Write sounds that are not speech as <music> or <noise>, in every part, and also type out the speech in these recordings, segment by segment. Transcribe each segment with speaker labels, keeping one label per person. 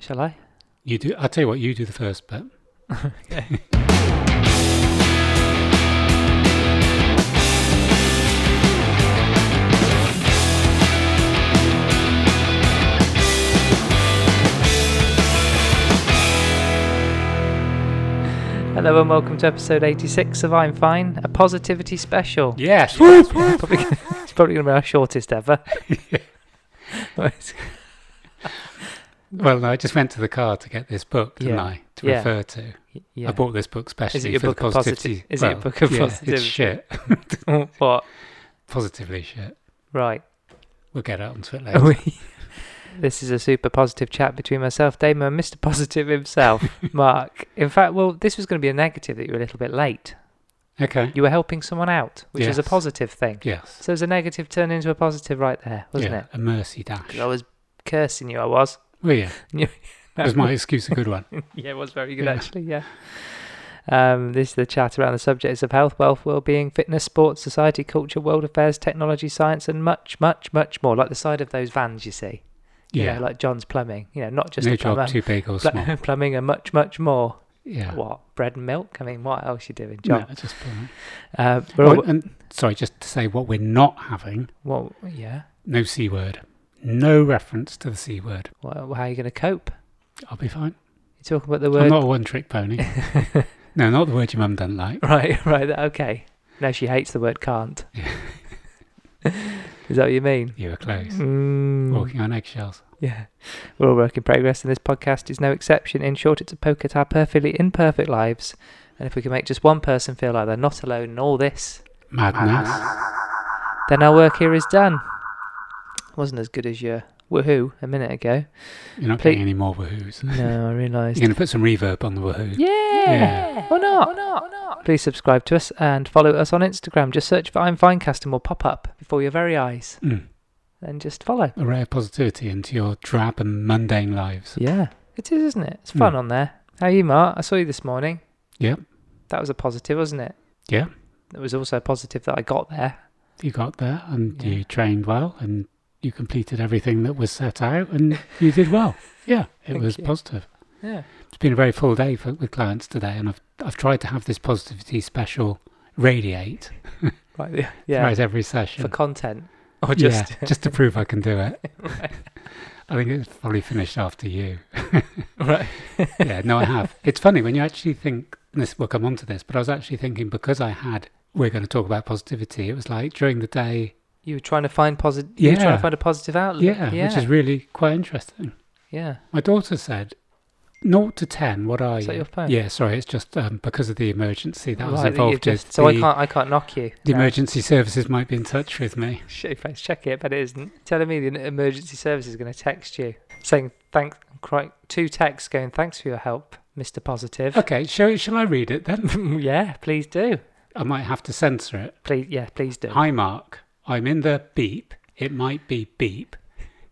Speaker 1: Shall I?
Speaker 2: You do. I'll tell you what. You do the first bit.
Speaker 1: Hello and welcome to episode 86 of I'm Fine, a positivity special.
Speaker 2: Yes.
Speaker 1: Probably, it's probably going to be our shortest
Speaker 2: <laughs>
Speaker 1: ever.
Speaker 2: well, no. I just went to the car to get this book, didn't
Speaker 1: Yeah.
Speaker 2: I? To
Speaker 1: Yeah.
Speaker 2: refer to.
Speaker 1: yeah.
Speaker 2: I bought this book specially
Speaker 1: Is it your
Speaker 2: for
Speaker 1: book
Speaker 2: the
Speaker 1: of posit-
Speaker 2: positivity.
Speaker 1: is it your book of
Speaker 2: yeah, It's
Speaker 1: positivity?
Speaker 2: shit.
Speaker 1: <laughs> what?
Speaker 2: Positively shit.
Speaker 1: Right.
Speaker 2: We'll get out onto it
Speaker 1: Are
Speaker 2: later.
Speaker 1: we- this is a super positive chat between myself, Damon, and Mr. Positive
Speaker 2: <laughs>
Speaker 1: himself, Mark. In fact, well, this was going to be a negative that you were a little bit late.
Speaker 2: Okay.
Speaker 1: You were helping someone out, which is a
Speaker 2: Yes.
Speaker 1: positive thing.
Speaker 2: Yes.
Speaker 1: So it was a negative turned into a positive right there, wasn't
Speaker 2: yeah,
Speaker 1: it?
Speaker 2: A mercy dash.
Speaker 1: 'Cause I was cursing you, I was. <laughs>
Speaker 2: Well, yeah.
Speaker 1: Yeah.
Speaker 2: Was my excuse a good one?
Speaker 1: yeah, it was very good
Speaker 2: Yeah.
Speaker 1: actually. Yeah. Um, this is the chat around the subjects of health, wealth, well-being, fitness, sports, society, culture, world affairs, technology, science, and much, much, much more. Like the side of those vans, you see. You
Speaker 2: Yeah.
Speaker 1: know, like John's plumbing. You know, not <laughs> just
Speaker 2: no
Speaker 1: a plumber.
Speaker 2: job too big
Speaker 1: Pl-
Speaker 2: or
Speaker 1: <laughs>
Speaker 2: small.
Speaker 1: plumbing and much, much more.
Speaker 2: Yeah.
Speaker 1: What bread and milk? I mean, what else you doing,
Speaker 2: No,
Speaker 1: John?
Speaker 2: just plumbing.
Speaker 1: Uh, we're
Speaker 2: Oh,
Speaker 1: all,
Speaker 2: and sorry, just to say what we're not having.
Speaker 1: well, yeah.
Speaker 2: No c word. No reference to the c word.
Speaker 1: Well, how are you going to cope?
Speaker 2: I'll be fine.
Speaker 1: You talking about the
Speaker 2: I'm
Speaker 1: word?
Speaker 2: not a one-trick pony. no, not the word your mum doesn't like.
Speaker 1: <laughs> Right, right. Okay. No, she hates the word can't. <laughs> is that what you mean?
Speaker 2: You were close.
Speaker 1: Mm.
Speaker 2: Walking on eggshells.
Speaker 1: Yeah. We're all work in progress, and this podcast is no exception. In short, it's a poke at our perfectly imperfect lives. And if we can make just one person feel like they're not alone in all this,
Speaker 2: Madness.
Speaker 1: then our work here is done. Wasn't as good as your woohoo a minute ago.
Speaker 2: You're not
Speaker 1: Please-
Speaker 2: getting any more wahoos.
Speaker 1: No, I realised.
Speaker 2: You're going to put some reverb on the wahoo.
Speaker 1: <laughs> Yeah.
Speaker 2: Yeah.
Speaker 1: Or not. Please subscribe to us and follow us on Instagram. Just search for I'm Finecast and we'll pop up before your very eyes.
Speaker 2: Mm.
Speaker 1: Then just follow.
Speaker 2: A ray of positivity into your drab and mundane lives.
Speaker 1: Yeah. It is, isn't it? It's fun
Speaker 2: Hmm.
Speaker 1: on there. How are you, Mark? I saw you this morning.
Speaker 2: Yeah.
Speaker 1: That was a positive, wasn't it?
Speaker 2: Yeah.
Speaker 1: It was also a positive that I got there.
Speaker 2: You got there and
Speaker 1: Yeah.
Speaker 2: you trained well and you completed everything that was set
Speaker 1: <laughs>
Speaker 2: out and you did well. Yeah, it
Speaker 1: Thank
Speaker 2: was
Speaker 1: you.
Speaker 2: positive.
Speaker 1: Yeah.
Speaker 2: It's been a very full day for, with clients today and I've, I've tried to have this positivity special radiate
Speaker 1: Right. Yeah. yeah.
Speaker 2: throughout every session.
Speaker 1: For content. Or just. <laughs>
Speaker 2: yeah, Oh, just to prove I can do it. I think it's probably finished after you.
Speaker 1: <laughs> right.
Speaker 2: <laughs> yeah, no, I have. It's funny when you actually think and this. We'll come on to this, but I was actually thinking because I had. We're going to talk about positivity. It was like during the day.
Speaker 1: You were trying to find positive. You were trying
Speaker 2: Yeah.
Speaker 1: to find a positive outlet.
Speaker 2: Yeah,
Speaker 1: Yeah.
Speaker 2: which is really quite interesting.
Speaker 1: yeah.
Speaker 2: My daughter said, "Naught to ten. What are
Speaker 1: Is that
Speaker 2: you?"
Speaker 1: your phone?
Speaker 2: Yeah, sorry, it's just um, because of the emergency that I
Speaker 1: Right,
Speaker 2: was
Speaker 1: that you've
Speaker 2: involved
Speaker 1: just-
Speaker 2: with.
Speaker 1: so I
Speaker 2: the-
Speaker 1: can't. I can't knock you.
Speaker 2: The
Speaker 1: No.
Speaker 2: emergency services might be in touch with me.
Speaker 1: Shit, thanks. Check it, but it isn't. Telling me the emergency service is going to text you saying thanks. Quite two texts going thanks for your help, Mister Positive.
Speaker 2: Okay, shall, shall I read it then?
Speaker 1: <laughs> yeah, please do.
Speaker 2: I might have to censor it.
Speaker 1: Please, yeah, please do.
Speaker 2: Hi, Mark. I'm in the beep. It might be beep.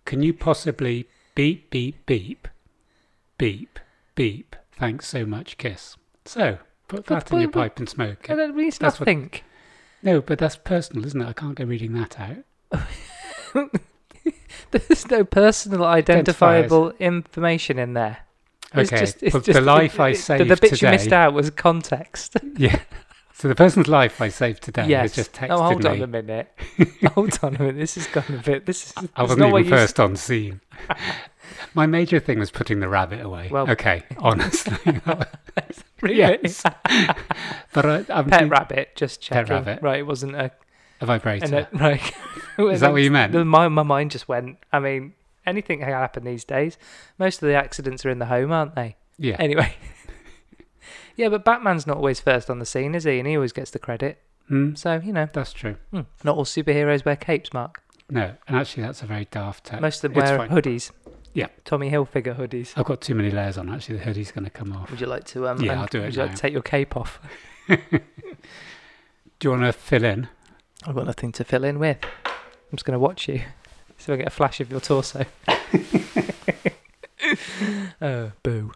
Speaker 2: Can you possibly beep, beep, beep? Beep, beep. Thanks so much. Kiss. So, put
Speaker 1: But-
Speaker 2: that in your
Speaker 1: but- uh, but-
Speaker 2: pipe and smoke
Speaker 1: I
Speaker 2: it.
Speaker 1: don't mean it's
Speaker 2: That's what-
Speaker 1: nothing.
Speaker 2: No, but that's personal, isn't it? I can't go reading that out.
Speaker 1: <laughs> There's no personal identifiable information in there.
Speaker 2: Okay.
Speaker 1: It's just, it's
Speaker 2: well,
Speaker 1: just
Speaker 2: the life I
Speaker 1: it- the,
Speaker 2: saved
Speaker 1: the bit
Speaker 2: today.
Speaker 1: you missed out was context.
Speaker 2: <laughs> Yeah. So the person's life I saved today
Speaker 1: <laughs> yes.
Speaker 2: was just texted
Speaker 1: oh, hold
Speaker 2: me.
Speaker 1: on a
Speaker 2: <laughs>
Speaker 1: minute. hold on a minute. This has gone a bit. This is
Speaker 2: I
Speaker 1: it's
Speaker 2: wasn't
Speaker 1: not what
Speaker 2: even
Speaker 1: you s-
Speaker 2: first on scene. <laughs> My major thing was putting the rabbit away.
Speaker 1: Well- <laughs>
Speaker 2: okay, honestly.
Speaker 1: Really?
Speaker 2: yes. <laughs> but I, I'm
Speaker 1: Pet rabbit. Just checking.
Speaker 2: Pet rabbit.
Speaker 1: Right. It wasn't a.
Speaker 2: a
Speaker 1: And
Speaker 2: vibrator.
Speaker 1: it, <laughs> right.
Speaker 2: Is that what you meant?
Speaker 1: The- My my mind just went. I mean, anything can happen these days. Most of the accidents are in the home, aren't they?
Speaker 2: yeah.
Speaker 1: <laughs> Anyway. yeah, but Batman's not always first on the scene, is he? And he always gets the credit.
Speaker 2: Hmm,
Speaker 1: So you know.
Speaker 2: that's true.
Speaker 1: Hmm. Not all superheroes wear capes, Mark.
Speaker 2: No, and actually, that's a very daft tech.
Speaker 1: Most of them
Speaker 2: It's
Speaker 1: wear
Speaker 2: fine.
Speaker 1: hoodies.
Speaker 2: Yeah.
Speaker 1: Tommy Hilfiger hoodies.
Speaker 2: I've got too many layers on. Actually, the hoodie's going to come off.
Speaker 1: Would you like to? Um,
Speaker 2: Yeah,
Speaker 1: un-
Speaker 2: I'll do it
Speaker 1: Would you like
Speaker 2: now.
Speaker 1: to take your cape off?
Speaker 2: Do you want to fill in?
Speaker 1: I've got nothing to fill in with. I'm just going to watch you, <laughs> so I get a flash of your
Speaker 2: <laughs>
Speaker 1: torso. <laughs> oh, boo!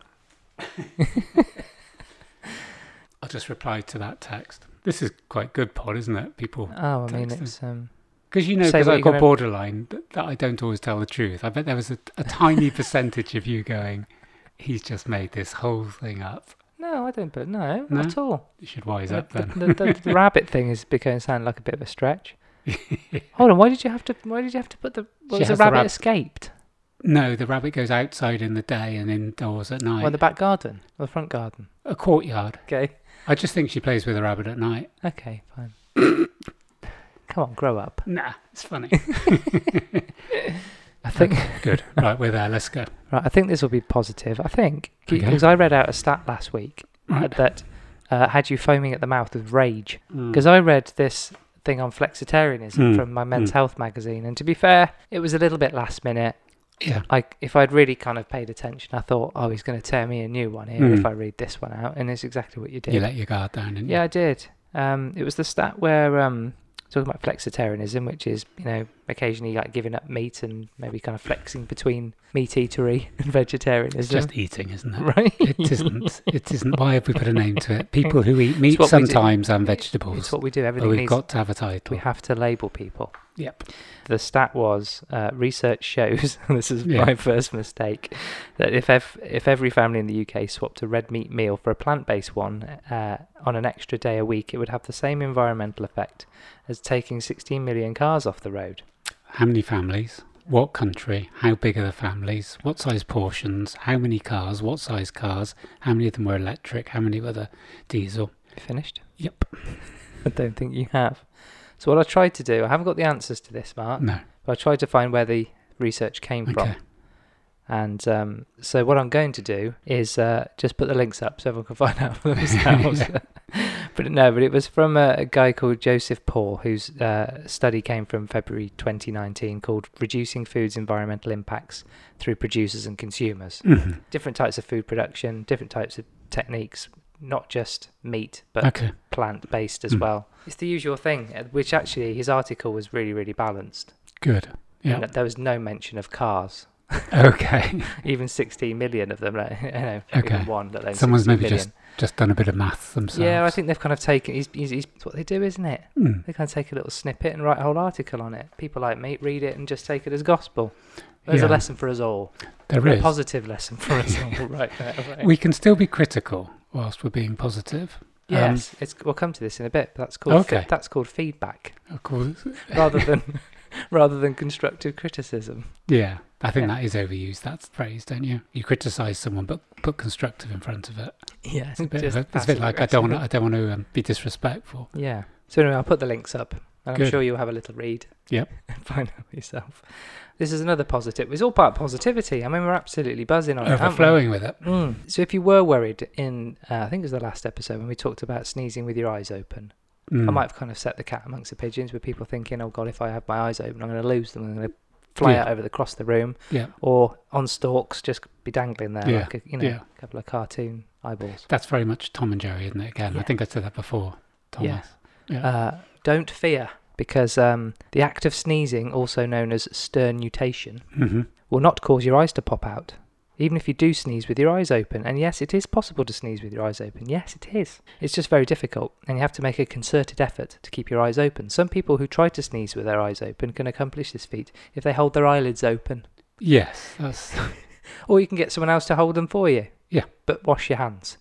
Speaker 2: I'll just reply to that text. This is quite good pod, isn't it? People,
Speaker 1: Oh, I mean,
Speaker 2: Text them.
Speaker 1: it's um,
Speaker 2: because you know,
Speaker 1: Say
Speaker 2: because
Speaker 1: what
Speaker 2: I've
Speaker 1: you're
Speaker 2: got
Speaker 1: gonna-
Speaker 2: borderline that, that I don't always tell the truth. I bet there was a, a tiny percentage of you going, He's just made this whole thing up.
Speaker 1: No, I don't put no,
Speaker 2: No?
Speaker 1: at all.
Speaker 2: You should wise
Speaker 1: Uh, The-
Speaker 2: up then.
Speaker 1: The, the- the rabbit thing is becoming sound like a bit of a stretch. Hold on, why did you have to? Why did you have to put the? Well, was
Speaker 2: She
Speaker 1: the
Speaker 2: has the
Speaker 1: rabbit
Speaker 2: rab-
Speaker 1: escaped?
Speaker 2: No, the rabbit goes outside in the day and indoors at night.
Speaker 1: Well, in the back garden or the front garden.
Speaker 2: A courtyard.
Speaker 1: Okay.
Speaker 2: I just think she plays with a rabbit at night.
Speaker 1: Okay, fine. Come on, grow up.
Speaker 2: Nah, it's funny.
Speaker 1: <laughs> I think
Speaker 2: Good. Right, we're there. Let's go.
Speaker 1: <laughs> right. I think this will be positive. I think
Speaker 2: Okay.
Speaker 1: because I read out a stat last week
Speaker 2: Right.
Speaker 1: that uh, had you foaming at the mouth with rage.
Speaker 2: Mm.
Speaker 1: Because I read this thing on flexitarianism
Speaker 2: Mm,
Speaker 1: from my men's
Speaker 2: mm.
Speaker 1: health magazine, and to be fair, it was a little bit last minute.
Speaker 2: Yeah.
Speaker 1: Like if I'd really kind of paid attention, I thought, oh, he's going to tear me a new one here if
Speaker 2: Mm.
Speaker 1: I read this one out, and it's exactly what you did.
Speaker 2: You let your guard down, didn't
Speaker 1: Yeah, I did. Um, it was the stat where um, talking about flexitarianism, which is you know occasionally like giving up meat and maybe kind of flexing between meat eatery <laughs> and vegetarianism,
Speaker 2: It's just eating, isn't it?
Speaker 1: <laughs> right?
Speaker 2: It isn't. It isn't. Why have we put a name to it? People who eat meat
Speaker 1: what we do.
Speaker 2: sometimes
Speaker 1: It's
Speaker 2: and vegetables.
Speaker 1: what we do.
Speaker 2: But
Speaker 1: Everything
Speaker 2: Oh, we've
Speaker 1: needs.
Speaker 2: got to have a
Speaker 1: we
Speaker 2: title.
Speaker 1: have to label people.
Speaker 2: Yep.
Speaker 1: The stat was uh, research shows. <laughs> and this is
Speaker 2: Yeah.
Speaker 1: my first mistake. That if ev- if every family in the UK swapped a red meat meal for a plant based one uh, on an extra day a week, it would have the same environmental effect as taking 16 million cars off the road.
Speaker 2: How many families? What country? How big are the families? What size portions? How many cars? What size cars? How many of them were electric? How many were the diesel?
Speaker 1: Finished?
Speaker 2: <laughs> Yep.
Speaker 1: I don't think you have. So what I tried to do, I haven't got the answers to this, Mark,
Speaker 2: No.
Speaker 1: but I tried to find where the research came from.
Speaker 2: Mm. Okay.
Speaker 1: And um, so what I'm going to do is uh, just put the links up so everyone can <laughs> find out for
Speaker 2: <laughs>
Speaker 1: themselves. <laughs> but no, but it was from a, a guy called Joseph Paul, whose uh, study came from February 2019 called Reducing Food's Environmental Impacts Through Producers and Consumers.
Speaker 2: Mhm.
Speaker 1: Different types of food production, different types of techniques, not just meat, but
Speaker 2: Okay.
Speaker 1: plant based as
Speaker 2: Mm.
Speaker 1: well. It's the usual thing, uh, which actually his article was really, really balanced.
Speaker 2: Good. Yeah. <laughs>
Speaker 1: And There was no mention of cars,
Speaker 2: Okay.
Speaker 1: even 16 million of them. Like, <laughs> you know,
Speaker 2: Okay.
Speaker 1: even one. Let alone
Speaker 2: Someone's
Speaker 1: 16
Speaker 2: maybe
Speaker 1: million.
Speaker 2: just just done a bit of maths themselves.
Speaker 1: Yeah, I think they've kind of taken. He's, he's, he's, it's what they do, isn't it?
Speaker 2: Mm.
Speaker 1: They kind of take a little snippet and write a whole article on it. People like me read it and just take it as gospel. There's a
Speaker 2: Yeah.
Speaker 1: lesson for us all.
Speaker 2: There
Speaker 1: A
Speaker 2: is.
Speaker 1: positive lesson for us
Speaker 2: <laughs>
Speaker 1: all, right there. right?
Speaker 2: we um, can still be critical whilst we're being positive.
Speaker 1: yes, it's, we'll come to this in a bit. But that's called fe-
Speaker 2: Okay.
Speaker 1: that's called feedback
Speaker 2: Of course.
Speaker 1: rather
Speaker 2: <laughs>
Speaker 1: than rather than constructive criticism.
Speaker 2: Yeah. I think
Speaker 1: Yeah.
Speaker 2: that is overused, that phrase, don't you? You criticise someone, but put constructive in front of it.
Speaker 1: Yeah,
Speaker 2: It's a bit, of a, it's a bit like I don't want to, I don't want to um, be disrespectful.
Speaker 1: Yeah. So anyway, I'll put the links up, and I'm
Speaker 2: Good.
Speaker 1: sure you'll have a little read.
Speaker 2: Yep.
Speaker 1: <laughs> And find out yourself. This is another positive. It's all part positivity. I mean, we're absolutely buzzing on
Speaker 2: Overflowing with it.
Speaker 1: it. Overflowing. Mm. So if you were worried in, uh, I think it was the last episode when we talked about sneezing with your eyes open, I
Speaker 2: Mm.
Speaker 1: might have kind of set the cat amongst the pigeons with people thinking, oh God, if I have my eyes open, I'm going to lose them. I'm going to fly
Speaker 2: Yeah.
Speaker 1: out over the cross the room
Speaker 2: Yeah.
Speaker 1: or on stalks, just be dangling there
Speaker 2: Yeah.
Speaker 1: like a, you know,
Speaker 2: Yeah.
Speaker 1: a couple of cartoon eyeballs.
Speaker 2: That's very much Tom and Jerry, isn't it? Again, I
Speaker 1: Yeah.
Speaker 2: think I said that before. Thomas.
Speaker 1: Yeah.
Speaker 2: Yeah.
Speaker 1: Uh, don't fear, because um, the act of sneezing, also known as sternutation,
Speaker 2: Mhm.
Speaker 1: will not cause your eyes to pop out, even if you do sneeze with your eyes open. And yes, it is possible to sneeze with your eyes open. Yes, it is. It's just very difficult, and you have to make a concerted effort to keep your eyes open. Some people who try to sneeze with their eyes open can accomplish this feat if they hold their eyelids open,
Speaker 2: Yes. That's,
Speaker 1: or you can get someone else to hold them for you.
Speaker 2: Yeah.
Speaker 1: But wash your hands.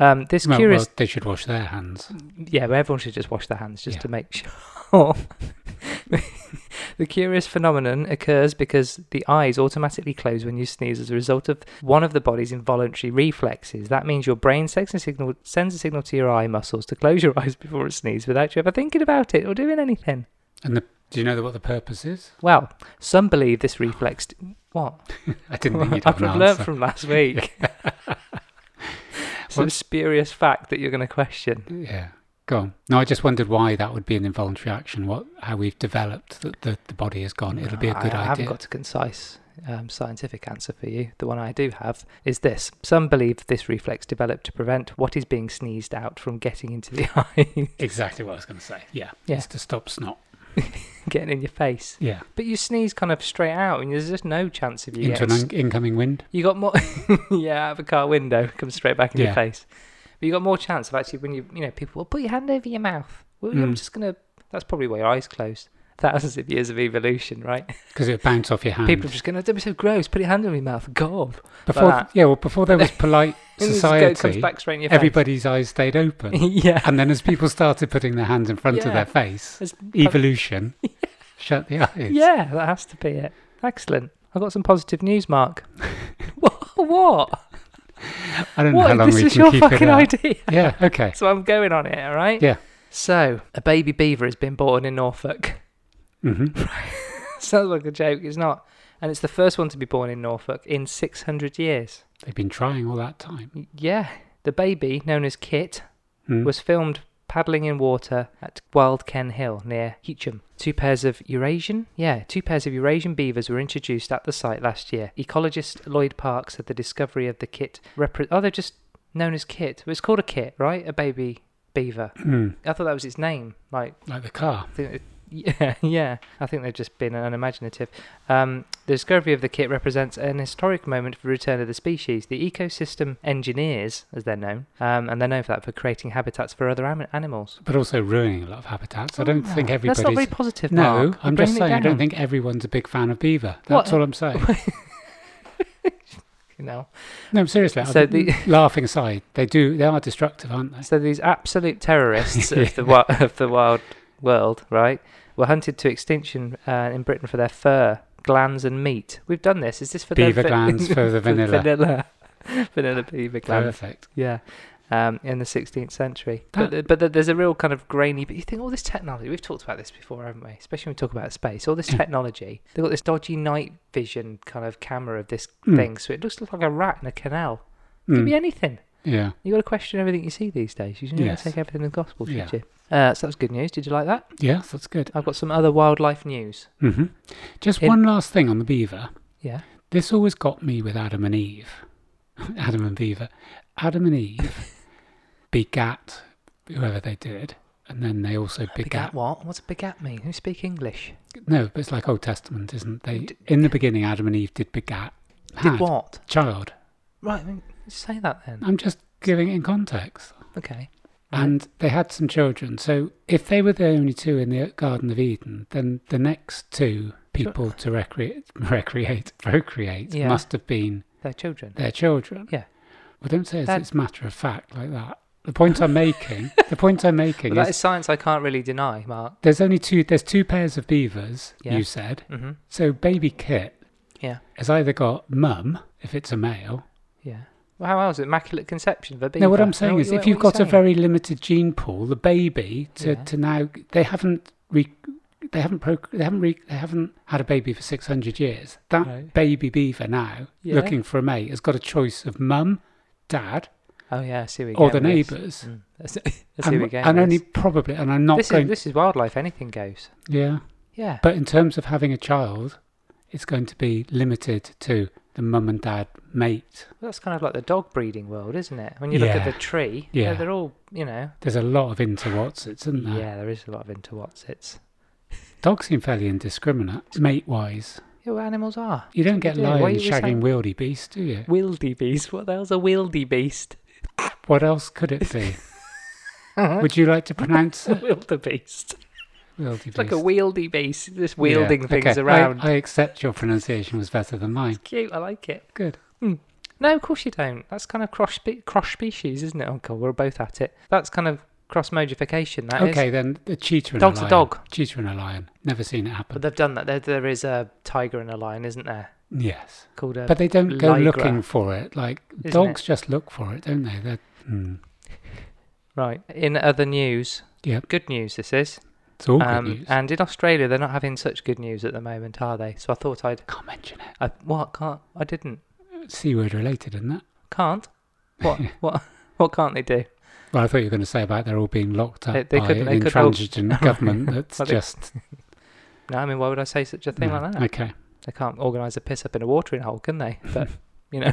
Speaker 1: Um, this
Speaker 2: well,
Speaker 1: curious
Speaker 2: well, they should wash their hands.
Speaker 1: yeah, but everyone should just wash their hands just
Speaker 2: Yeah.
Speaker 1: to make <laughs> sure. the curious phenomenon occurs because the eyes automatically close when you sneeze as a result of one of the body's involuntary reflexes. That means your brain sends a signal, sends a signal to your eye muscles to close your <laughs> eyes before it sneezes without you ever thinking about it or doing anything.
Speaker 2: And the, do you know what the purpose is?
Speaker 1: Well, some believe this reflex. d- what? <laughs>
Speaker 2: I didn't think you'd
Speaker 1: I've
Speaker 2: have an
Speaker 1: learned
Speaker 2: answer.
Speaker 1: from last week.
Speaker 2: <laughs>
Speaker 1: Some
Speaker 2: Well-
Speaker 1: spurious fact that you're going to question.
Speaker 2: Yeah, go on. No, I just wondered why that would be an involuntary action. What, how we've developed that the, the body has gone. It'll be a
Speaker 1: No,
Speaker 2: good
Speaker 1: I, I
Speaker 2: idea.
Speaker 1: haven't got a concise um, scientific answer for you. The one I do have is this. Some believe this reflex developed to prevent what is being sneezed out from getting into the <laughs> eye,
Speaker 2: Exactly what I was going to say. Yeah,
Speaker 1: Yeah.
Speaker 2: it's to stop snot.
Speaker 1: getting in your face.
Speaker 2: Yeah,
Speaker 1: But you sneeze kind of straight out, and there's just no chance of you
Speaker 2: into
Speaker 1: getting.
Speaker 2: an in- incoming wind.
Speaker 1: you got more, <laughs> yeah, out of a car window, comes straight back in your
Speaker 2: Yeah.
Speaker 1: face. But you got more chance of actually when you, you know, people will put your hand over your mouth. Well, I'm
Speaker 2: Mm.
Speaker 1: just gonna. That's probably why your eyes closed. <laughs> thousands of years of evolution, right?
Speaker 2: because it would bounce off your hand.
Speaker 1: People are just going, oh, don't be so gross, put your hand in my mouth, gob.
Speaker 2: before,
Speaker 1: that.
Speaker 2: yeah, well, before
Speaker 1: <laughs>
Speaker 2: there was polite
Speaker 1: And it just go- comes
Speaker 2: society,
Speaker 1: back straight in your face.
Speaker 2: everybody's eyes stayed
Speaker 1: <laughs>
Speaker 2: open,
Speaker 1: yeah.
Speaker 2: and then as people started putting their hands in front
Speaker 1: Yeah.
Speaker 2: of their face,
Speaker 1: That's- <laughs>
Speaker 2: evolution shut the eyes.
Speaker 1: Yeah, that has to be it. Excellent. I got some positive news,
Speaker 2: <laughs>
Speaker 1: Mark. what? What?
Speaker 2: I don't know how
Speaker 1: what?
Speaker 2: long
Speaker 1: This
Speaker 2: we
Speaker 1: is
Speaker 2: can
Speaker 1: your
Speaker 2: keep
Speaker 1: fucking
Speaker 2: it up.
Speaker 1: idea. <laughs>
Speaker 2: Yeah, okay.
Speaker 1: So I'm going on it, all right?
Speaker 2: Yeah.
Speaker 1: So, a baby beaver has been born in Norfolk. <laughs>
Speaker 2: hmm
Speaker 1: Sounds like a joke. It's not. And it's the first one to be born in Norfolk in 600 years.
Speaker 2: They've been trying all that time.
Speaker 1: Y- Yeah. The baby, known as Kit,
Speaker 2: Mm.
Speaker 1: was filmed paddling in water at Wild Ken Hill near Heacham. Two pairs of Eurasian, yeah, two pairs of Eurasian beavers were introduced at the site last year. Ecologist Lloyd Park said the discovery of the kit repre- oh, they're just known as kit. Well, it's called a kit, right? A baby beaver.
Speaker 2: Mm.
Speaker 1: I thought that was its name. Like,
Speaker 2: Like the car.
Speaker 1: I think it- yeah, <laughs> yeah. I think they've just been unimaginative. Um, the discovery of the kit represents an historic moment for the return of the species. The ecosystem engineers, as they're known, um, and they're known for that, for creating habitats for other am- animals.
Speaker 2: But also ruining a lot of habitats. I don't think
Speaker 1: Ah,
Speaker 2: everybody's.
Speaker 1: That's not very positive,
Speaker 2: no,
Speaker 1: Mark. You're
Speaker 2: I'm just
Speaker 1: bringing it
Speaker 2: saying I don't
Speaker 1: down.
Speaker 2: think everyone's a big fan of Beaver.
Speaker 1: What?
Speaker 2: That's all
Speaker 1: <laughs>
Speaker 2: I'm saying.
Speaker 1: You know.
Speaker 2: No, seriously.
Speaker 1: So
Speaker 2: So
Speaker 1: the-
Speaker 2: <laughs> laughing aside, they do. They are destructive, aren't they?
Speaker 1: So these absolute
Speaker 2: <laughs>
Speaker 1: terrorists of the wi- of the wild world, right, were hunted to extinction uh, in Britain for their fur, glands, and meat. We've done this. Is this for <laughs>
Speaker 2: Beaver
Speaker 1: the, <laughs>
Speaker 2: glands for the vanilla.
Speaker 1: vanilla, <laughs> vanilla beaver glands?
Speaker 2: Perfect.
Speaker 1: Yeah, um, in the 16th century. But,
Speaker 2: That-
Speaker 1: th- but th- there's a real kind of grainy. But you think all this technology. We've talked about this before, haven't we? Especially when we talk about space. All this
Speaker 2: Yeah.
Speaker 1: technology. They've got this dodgy night vision kind of camera of this
Speaker 2: Mm.
Speaker 1: thing, so it looks like a rat in a canal. Could
Speaker 2: Mm,
Speaker 1: be anything.
Speaker 2: Yeah.
Speaker 1: You got to question everything you see these days. You shouldn't
Speaker 2: Yes.
Speaker 1: take everything as gospel, should
Speaker 2: Yeah.
Speaker 1: you? Uh, so that was good news. Did you like that?
Speaker 2: Yes, that's good.
Speaker 1: I've got some other wildlife news.
Speaker 2: hmm Just
Speaker 1: In-
Speaker 2: one last thing on the Beaver.
Speaker 1: Yeah.
Speaker 2: This always got me with Adam and Eve. <laughs> Adam and Beaver. Adam and
Speaker 1: <laughs>
Speaker 2: Eve begat whoever they did, and then they also begat.
Speaker 1: Begat what? What's a begat mean? Who speak English?
Speaker 2: No, but it's like Old Testament, isn't they?
Speaker 1: D-
Speaker 2: In the beginning, Adam and Eve did begat.
Speaker 1: Did
Speaker 2: had
Speaker 1: what?
Speaker 2: Child.
Speaker 1: Right, then say that then.
Speaker 2: I'm just giving it in context.
Speaker 1: Okay. Right.
Speaker 2: And they had some children. So if they were the only two in the Garden of Eden, then the next two people to recreate, <laughs> recreate, procreate
Speaker 1: Yeah.
Speaker 2: must have been
Speaker 1: They're children.
Speaker 2: their children.
Speaker 1: Yeah.
Speaker 2: Well, don't say it's,
Speaker 1: That-
Speaker 2: it's matter of fact like that. The point
Speaker 1: <laughs>
Speaker 2: I'm making, the point I'm making
Speaker 1: Well, that
Speaker 2: is
Speaker 1: is science I can't really deny, Mark.
Speaker 2: there's only two. There's two pairs of beavers.
Speaker 1: Yeah.
Speaker 2: You said
Speaker 1: Mm-hmm.
Speaker 2: so. Baby Kit
Speaker 1: Yeah,
Speaker 2: has either got mum if it's a male.
Speaker 1: yeah. Well, how else? Immaculate conception of a beaver.
Speaker 2: No, what I'm saying
Speaker 1: What-
Speaker 2: is
Speaker 1: what-
Speaker 2: if you've
Speaker 1: what are
Speaker 2: got
Speaker 1: you
Speaker 2: a
Speaker 1: saying?
Speaker 2: very limited gene pool, the baby to,
Speaker 1: Yeah.
Speaker 2: to now they haven't re, they haven't pro, they haven't re, they haven't had a baby for 600 years. That
Speaker 1: Right.
Speaker 2: baby beaver now
Speaker 1: Yeah.
Speaker 2: looking for a mate has got a choice of mum, dad,
Speaker 1: Oh yeah, I see we
Speaker 2: or
Speaker 1: go
Speaker 2: the
Speaker 1: with this.
Speaker 2: neighbours.
Speaker 1: Mm. That's- I see
Speaker 2: and,
Speaker 1: we go.
Speaker 2: and
Speaker 1: with
Speaker 2: only
Speaker 1: this.
Speaker 2: probably and i'm not
Speaker 1: This
Speaker 2: going
Speaker 1: is this is wildlife. Anything goes.
Speaker 2: yeah
Speaker 1: Yeah.
Speaker 2: but in terms of having a child it's going to be limited to the mum and dad mate
Speaker 1: Well, that's kind of like the dog breeding world, isn't it? When you look at
Speaker 2: Yeah.
Speaker 1: the tree,
Speaker 2: Yeah. Uh.
Speaker 1: yeah, they're all you know.
Speaker 2: there's a lot of interwatsits isn't there
Speaker 1: Yeah, there is a lot of interwatsits.
Speaker 2: dogs seem fairly indiscriminate mate wise
Speaker 1: Yeah, well, animals are
Speaker 2: you don't get
Speaker 1: Yeah, why
Speaker 2: lions
Speaker 1: you were
Speaker 2: shagging
Speaker 1: saying-
Speaker 2: wildebeest, beast do you
Speaker 1: wildebeest. What the hell's a wildebeest? <laughs>
Speaker 2: what else could it be would you like to pronounce it
Speaker 1: wildebeest.
Speaker 2: wildebeest
Speaker 1: It's like a wildebeest. This
Speaker 2: Yeah,
Speaker 1: wielding things
Speaker 2: okay. I-
Speaker 1: around.
Speaker 2: I, accept your pronunciation was better than mine
Speaker 1: <laughs> It's cute. I like it.
Speaker 2: good
Speaker 1: Hmm. No, of course you don't. That's kind of cross spe- cross species, isn't it, Uncle? We're both at it. That's kind of cross modification. That is.
Speaker 2: okay then the cheetah and
Speaker 1: Dog's
Speaker 2: a
Speaker 1: a
Speaker 2: lion
Speaker 1: dog.
Speaker 2: cheetah and a lion never seen it happen
Speaker 1: But they've done that. There, there is a tiger and a lion, isn't there?
Speaker 2: yes
Speaker 1: Called a.
Speaker 2: But they don't go
Speaker 1: Lygra,
Speaker 2: looking for it. Like
Speaker 1: isn't
Speaker 2: dogs just look for it, don't they? They're, hmm.
Speaker 1: right. In other news.
Speaker 2: Yep.
Speaker 1: Good news. This is.
Speaker 2: It's all
Speaker 1: um,
Speaker 2: good news.
Speaker 1: And in Australia, they're not having such good news at the moment, are they? So I thought I'd.
Speaker 2: Can't mention it.
Speaker 1: I, what? Can't. I didn't.
Speaker 2: It's C word related, isn't it?
Speaker 1: Can't. <laughs> What? what? What can't they do?
Speaker 2: Well, I thought you were going to say about they're all being locked up
Speaker 1: They- they
Speaker 2: by
Speaker 1: couldn't-
Speaker 2: an
Speaker 1: they couldn't all-
Speaker 2: intransigent
Speaker 1: <laughs>
Speaker 2: government that's
Speaker 1: Well, they-
Speaker 2: just
Speaker 1: No, I mean, why would I say such a thing
Speaker 2: no.
Speaker 1: like that?
Speaker 2: Okay,
Speaker 1: They can't organise a piss up in a watering hole, can they? But you know.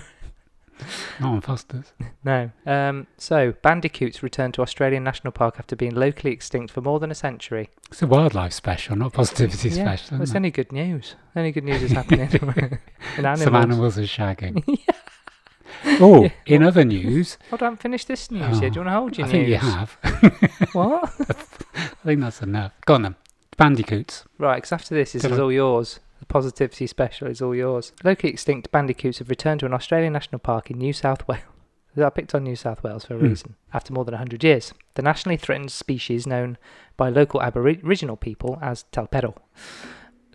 Speaker 2: not on Foster's.
Speaker 1: No. Um, so, bandicoots returned to Australian National Park after being locally extinct for more than a century.
Speaker 2: It's a wildlife special, not positivity
Speaker 1: Yeah,
Speaker 2: special.
Speaker 1: Well, it's
Speaker 2: Isn't
Speaker 1: only good news. Only good
Speaker 2: <laughs>
Speaker 1: news is happening <laughs> in
Speaker 2: it?
Speaker 1: animals.
Speaker 2: Some animals
Speaker 1: <laughs>
Speaker 2: are shagging. Oh, in other news,
Speaker 1: Hold on, finish this news here. Do you want to hold
Speaker 2: Oh. <laughs> I
Speaker 1: your
Speaker 2: think you
Speaker 1: news?
Speaker 2: have.
Speaker 1: What?
Speaker 2: I think that's enough. Go on then. bandicoots.
Speaker 1: Right, because after this, this
Speaker 2: Come
Speaker 1: is
Speaker 2: on.
Speaker 1: all yours. The positivity special is all yours. Locally extinct bandicoots have returned to an Australian national park in New South Wales. <laughs> I picked on New South Wales for a
Speaker 2: Hmm.
Speaker 1: reason. After more than 100 years, the nationally threatened species known by local Aboriginal people as talpero.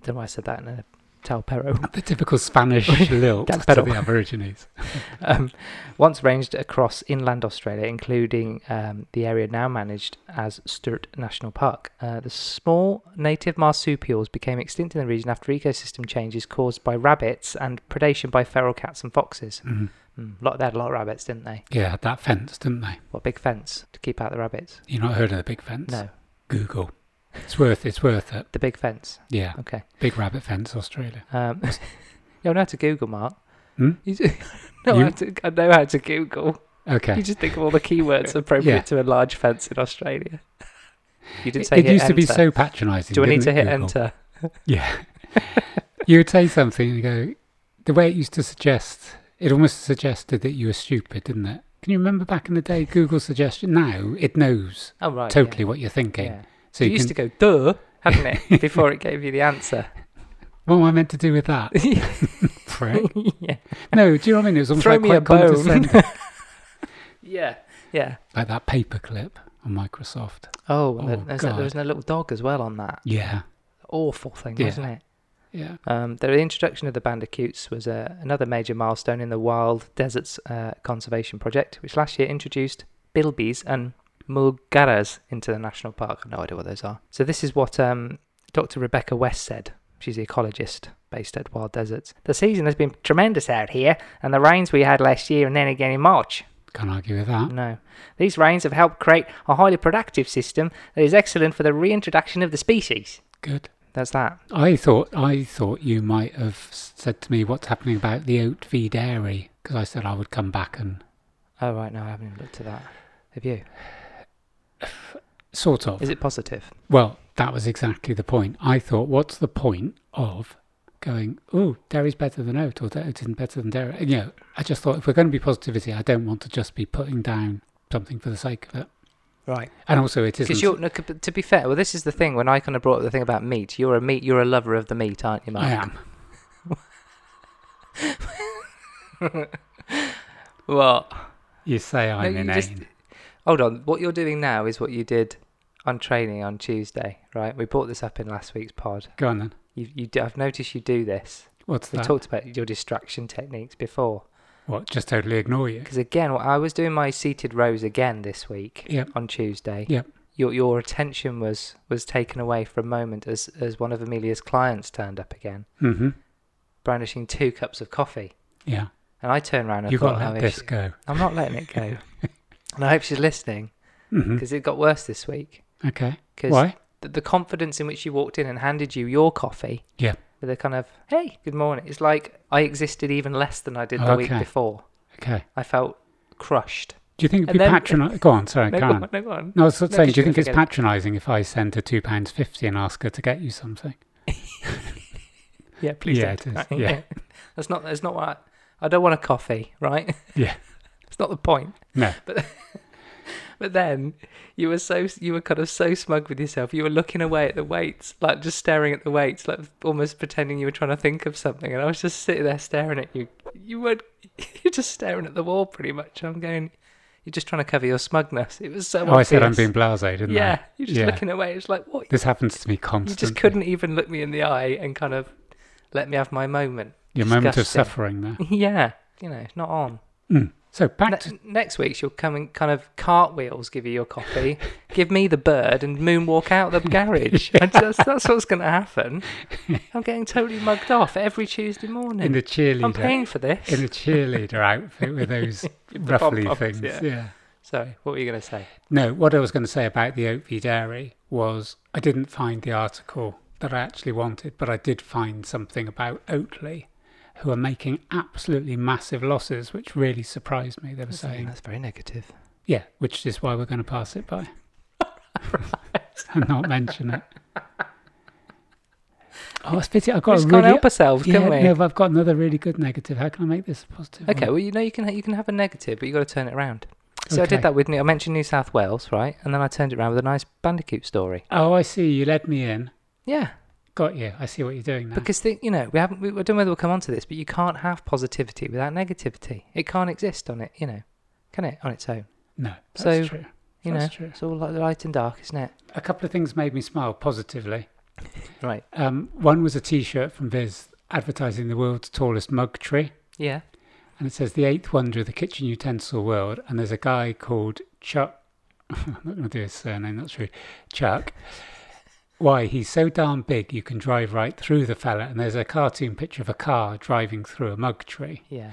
Speaker 1: Don't know why I said that in a talpero.
Speaker 2: The typical Spanish
Speaker 1: <laughs>
Speaker 2: lilt
Speaker 1: That's
Speaker 2: to
Speaker 1: terrible.
Speaker 2: the Aborigines.
Speaker 1: um, once ranged across inland Australia, including um, the area now managed as Sturt National Park. Uh, the small native marsupials became extinct in the region after ecosystem changes caused by rabbits and predation by feral cats and foxes.
Speaker 2: Mm.
Speaker 1: Mm, lot, they had a lot of rabbits, didn't they?
Speaker 2: Yeah, had that fence, didn't they?
Speaker 1: What a big fence to keep out the rabbits?
Speaker 2: You not heard of the big fence?
Speaker 1: No,
Speaker 2: Google. It's worth it's worth it.
Speaker 1: the big fence.
Speaker 2: Yeah.
Speaker 1: Okay.
Speaker 2: Big rabbit fence, Australia.
Speaker 1: Um, <laughs> you don't know how to Google, Mark.
Speaker 2: Hmm?
Speaker 1: You do- <laughs> know
Speaker 2: You-
Speaker 1: how to, I know how to Google. You
Speaker 2: Okay.
Speaker 1: just think of all the
Speaker 2: <laughs>
Speaker 1: keywords appropriate
Speaker 2: Yeah.
Speaker 1: to a large fence in Australia. <laughs> You didn't
Speaker 2: It,
Speaker 1: say
Speaker 2: it
Speaker 1: hit
Speaker 2: used to be
Speaker 1: enter.
Speaker 2: so patronising.
Speaker 1: Do I need
Speaker 2: didn't
Speaker 1: to
Speaker 2: it,
Speaker 1: hit
Speaker 2: Google?
Speaker 1: enter?
Speaker 2: Yeah. you would say something and go, the way it used to suggest, it almost suggested that you were stupid, didn't it? Can you remember back in the day, Google suggestion? Now it knows
Speaker 1: Oh right,
Speaker 2: totally what you're thinking.
Speaker 1: Yeah.
Speaker 2: So
Speaker 1: it
Speaker 2: you
Speaker 1: used
Speaker 2: can,
Speaker 1: to go duh, hadn't it, before it gave you the answer?
Speaker 2: <laughs> what am I meant to do
Speaker 1: <laughs>
Speaker 2: with that?
Speaker 1: yeah.
Speaker 2: Prick. No, do you know what I mean? It was almost
Speaker 1: Throw
Speaker 2: like
Speaker 1: me
Speaker 2: quite
Speaker 1: a bone. <laughs>
Speaker 2: condescending.
Speaker 1: yeah, yeah.
Speaker 2: like that paperclip on Microsoft.
Speaker 1: Oh, and
Speaker 2: Oh,
Speaker 1: there- there's a- there was no little dog as well on that.
Speaker 2: Yeah.
Speaker 1: Awful thing,
Speaker 2: Yeah.
Speaker 1: wasn't it?
Speaker 2: Yeah.
Speaker 1: Um, the introduction of the bandicoots was uh, another major milestone in the Wild Deserts uh, Conservation Project, which last year introduced bilbies and mulgaras into the national park. I've no idea what those are. So this is what um, Dr. Rebecca West said. She's the ecologist based at Wild Deserts. The season has been tremendous out here, and the rains we had last year and then again in March.
Speaker 2: Can't argue with that.
Speaker 1: No. These rains have helped create a highly productive system that is excellent for the reintroduction of the species.
Speaker 2: Good.
Speaker 1: That's that.
Speaker 2: I thought I thought you might have said to me what's happening about the oat v dairy because I said I would come back and
Speaker 1: Oh, right, no, I haven't even looked at that. Have you?
Speaker 2: sort of.
Speaker 1: Is it positive?
Speaker 2: Well, that was exactly the point. I thought, what's the point of going? Oh, dairy's better than oat, or the oat isn't better than dairy. And, you know, I just thought if we're going to be positivity, I don't want to just be putting down something for the sake of it.
Speaker 1: Right.
Speaker 2: And also, it isn't.
Speaker 1: Because you're no, c- but to be fair, well, this is the thing. When I kind of brought up the thing about meat, you're a meat, you're a lover of the meat, aren't you, Mark?
Speaker 2: I am.
Speaker 1: Well,
Speaker 2: You say I'm
Speaker 1: you
Speaker 2: inane.
Speaker 1: just- hold on. What you're doing now is what you did on training on Tuesday, right? We brought this up in last week's pod.
Speaker 2: Go on then.
Speaker 1: You, you, do, I've noticed you do this.
Speaker 2: What's
Speaker 1: We
Speaker 2: that?
Speaker 1: talked about your distraction techniques before.
Speaker 2: what? Just totally ignore you.
Speaker 1: Because again, well, I was doing my seated rows again this week
Speaker 2: Yep.
Speaker 1: on Tuesday.
Speaker 2: Yep.
Speaker 1: Your your attention was was taken away for a moment as as one of Amelia's clients turned up again,
Speaker 2: Mm-hmm.
Speaker 1: brandishing two cups of coffee.
Speaker 2: Yeah.
Speaker 1: And I turned around and
Speaker 2: You've got
Speaker 1: thought,
Speaker 2: to
Speaker 1: "Oh,
Speaker 2: let
Speaker 1: if
Speaker 2: this
Speaker 1: she-
Speaker 2: go.
Speaker 1: I'm not letting it
Speaker 2: <laughs>
Speaker 1: go. and I hope she's listening
Speaker 2: hmm
Speaker 1: because it got worse this week.
Speaker 2: Okay.
Speaker 1: Because
Speaker 2: Why?
Speaker 1: the, the confidence in which she walked in and handed you your coffee
Speaker 2: Yeah.
Speaker 1: with a kind of, hey, good morning. It's like I existed even less than I did the week
Speaker 2: Okay.
Speaker 1: before.
Speaker 2: Okay.
Speaker 1: I felt crushed.
Speaker 2: Do you think it'd be
Speaker 1: And then-
Speaker 2: patronising? Go on. Sorry,
Speaker 1: no,
Speaker 2: go
Speaker 1: go
Speaker 2: on.
Speaker 1: on, no, go on.
Speaker 2: No, I was sort of
Speaker 1: No,
Speaker 2: saying,
Speaker 1: just
Speaker 2: do you
Speaker 1: go
Speaker 2: think it's
Speaker 1: together.
Speaker 2: patronising if I send her two pounds fifty and ask her to get you something?
Speaker 1: Yeah, please
Speaker 2: Yeah,
Speaker 1: don't.
Speaker 2: it is. Yeah.
Speaker 1: <laughs> that's not, that's not what I, I don't want a coffee, right?
Speaker 2: Yeah.
Speaker 1: <laughs> it's not the point.
Speaker 2: No.
Speaker 1: But then you were so you were kind of so smug with yourself. You were looking away at the weights, like just staring at the weights, like almost pretending you were trying to think of something. And I was just sitting there staring at you. You were <laughs> you're just staring at the wall, pretty much. I'm going. You're just trying to cover your smugness. It was so.
Speaker 2: Oh, I said I'm
Speaker 1: obvious.
Speaker 2: being blasé, didn't I?
Speaker 1: Yeah, you're just
Speaker 2: Yeah.
Speaker 1: looking away. It's like what?
Speaker 2: This happens to me
Speaker 1: You
Speaker 2: constantly.
Speaker 1: just couldn't even look me in the eye and kind of let me have my moment.
Speaker 2: Your moment of
Speaker 1: Disgusting.
Speaker 2: suffering there.
Speaker 1: <laughs> yeah, you know, not on.
Speaker 2: Mm. So back to
Speaker 1: Ne- next week she'll come and kind of cartwheels give you your coffee, give me the bird, and moonwalk out the
Speaker 2: <laughs>
Speaker 1: garage. I just, that's what's going to happen. I'm getting totally mugged off every Tuesday morning.
Speaker 2: in the
Speaker 1: I'm
Speaker 2: cheerleader
Speaker 1: paying for this.
Speaker 2: in a cheerleader outfit with those
Speaker 1: <laughs> the
Speaker 2: ruffly
Speaker 1: pom-poms,
Speaker 2: things.
Speaker 1: yeah.
Speaker 2: yeah.
Speaker 1: Sorry, what were you going to say?
Speaker 2: No, what I was going to say about the Oat v Dairy was I didn't find the article that I actually wanted, but I did find something about Oatly, who are making absolutely massive losses, which really surprised me. They were saying,
Speaker 1: That's very negative.
Speaker 2: yeah, which is why we're going to pass
Speaker 1: <laughs>
Speaker 2: it by and not mention it. Oh, it's pity. I've
Speaker 1: We
Speaker 2: got
Speaker 1: just
Speaker 2: a
Speaker 1: can't
Speaker 2: really.
Speaker 1: help ourselves,
Speaker 2: yeah,
Speaker 1: can we?
Speaker 2: no, but I've got another really good negative. How can I make this a positive? one?
Speaker 1: Okay, well, you know, you can you can have a negative, but you got to turn it around. So I
Speaker 2: Okay.
Speaker 1: did that with New- I mentioned New South Wales, right? And then I turned it around with a nice Bandicoot story.
Speaker 2: Oh, I see. You led me in,
Speaker 1: Yeah,
Speaker 2: Got you. I see what you're doing now.
Speaker 1: because the, you know we haven't. We, I don't know whether we'll come onto this, but you can't have positivity without negativity. It can't exist on it, you know, can it on its own?
Speaker 2: no, that's
Speaker 1: So,
Speaker 2: true.
Speaker 1: You
Speaker 2: That's
Speaker 1: know,
Speaker 2: true.
Speaker 1: it's all like light and dark, isn't it?
Speaker 2: A couple of things made me smile positively.
Speaker 1: Right.
Speaker 2: Um, one was a T-shirt from Viz advertising the world's tallest mug tree,
Speaker 1: Yeah.
Speaker 2: and it says the eighth wonder of the kitchen utensil world. And there's a guy called Chuck. <laughs> I'm not going to do his surname. That's true. Chuck. Why he's so darn big, you can drive right through the fella. And there's a cartoon picture of a car driving through a mug tree.
Speaker 1: Yeah.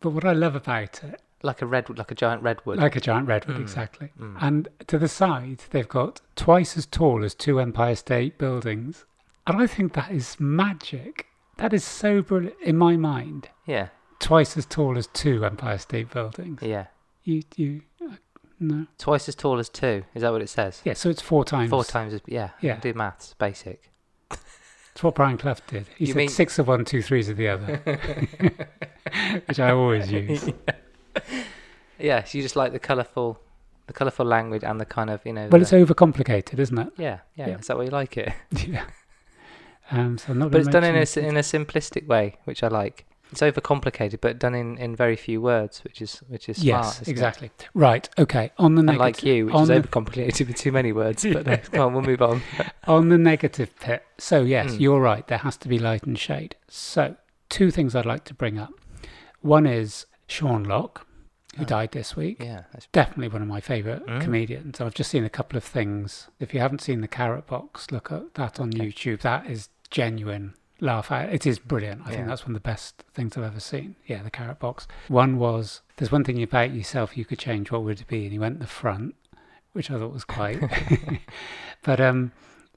Speaker 2: But what I love about it
Speaker 1: Like a red, like a giant redwood.
Speaker 2: Like a giant redwood,
Speaker 1: Mm,
Speaker 2: exactly.
Speaker 1: mm.
Speaker 2: And to the side, they've got twice as tall as two Empire State buildings. And I think that is magic. That is so brilliant in my mind.
Speaker 1: yeah.
Speaker 2: Twice as tall as two Empire State buildings.
Speaker 1: Yeah.
Speaker 2: You, you, uh, no.
Speaker 1: Twice as tall as two. Is that what it says?
Speaker 2: Yeah, so it's four times.
Speaker 1: Four times as yeah.
Speaker 2: Yeah.
Speaker 1: Do maths, basic.
Speaker 2: It's what Brian Clough did. He
Speaker 1: You
Speaker 2: said
Speaker 1: mean-
Speaker 2: six of one, two threes of the
Speaker 1: <laughs>
Speaker 2: other, which I always use.
Speaker 1: Yeah. So you just like the colourful, the colourful language and the kind of you know.
Speaker 2: Well,
Speaker 1: the-
Speaker 2: it's overcomplicated, isn't it?
Speaker 1: yeah, yeah.
Speaker 2: yeah.
Speaker 1: Is that why you like it?
Speaker 2: Yeah. Um, so I'm not
Speaker 1: But
Speaker 2: gonna
Speaker 1: it's done in a,
Speaker 2: mention-
Speaker 1: s- in a simplistic way, which I like. It's overcomplicated, but done in, in very few words, which is which is smart.
Speaker 2: Yes,
Speaker 1: isn't it?
Speaker 2: exactly. Right. Okay. On the
Speaker 1: And
Speaker 2: negative.
Speaker 1: like you, which
Speaker 2: on
Speaker 1: is
Speaker 2: the-
Speaker 1: overcomplicated with too many
Speaker 2: <laughs>
Speaker 1: words. But
Speaker 2: Yeah.
Speaker 1: no, come on, we'll move on.
Speaker 2: On the negative pit. So, yes,
Speaker 1: Mm.
Speaker 2: you're right. There has to be light and shade. So, two things I'd like to bring up. One is Sean Locke, who
Speaker 1: Oh.
Speaker 2: died this week.
Speaker 1: Yeah, that's,
Speaker 2: Definitely one of my favourite
Speaker 1: Mm.
Speaker 2: comedians. I've just seen a couple of things. If you haven't seen The Carrot Box, look at that on
Speaker 1: Okay.
Speaker 2: YouTube. That is genuine laugh out. It is brilliant. I
Speaker 1: Yeah.
Speaker 2: think that's one of the best things I've ever seen. Yeah, The Carrot Box. One was, there's one thing about yourself you could change. What would it be? And he went the front, which I thought was
Speaker 1: <laughs>
Speaker 2: quite. <laughs> but um,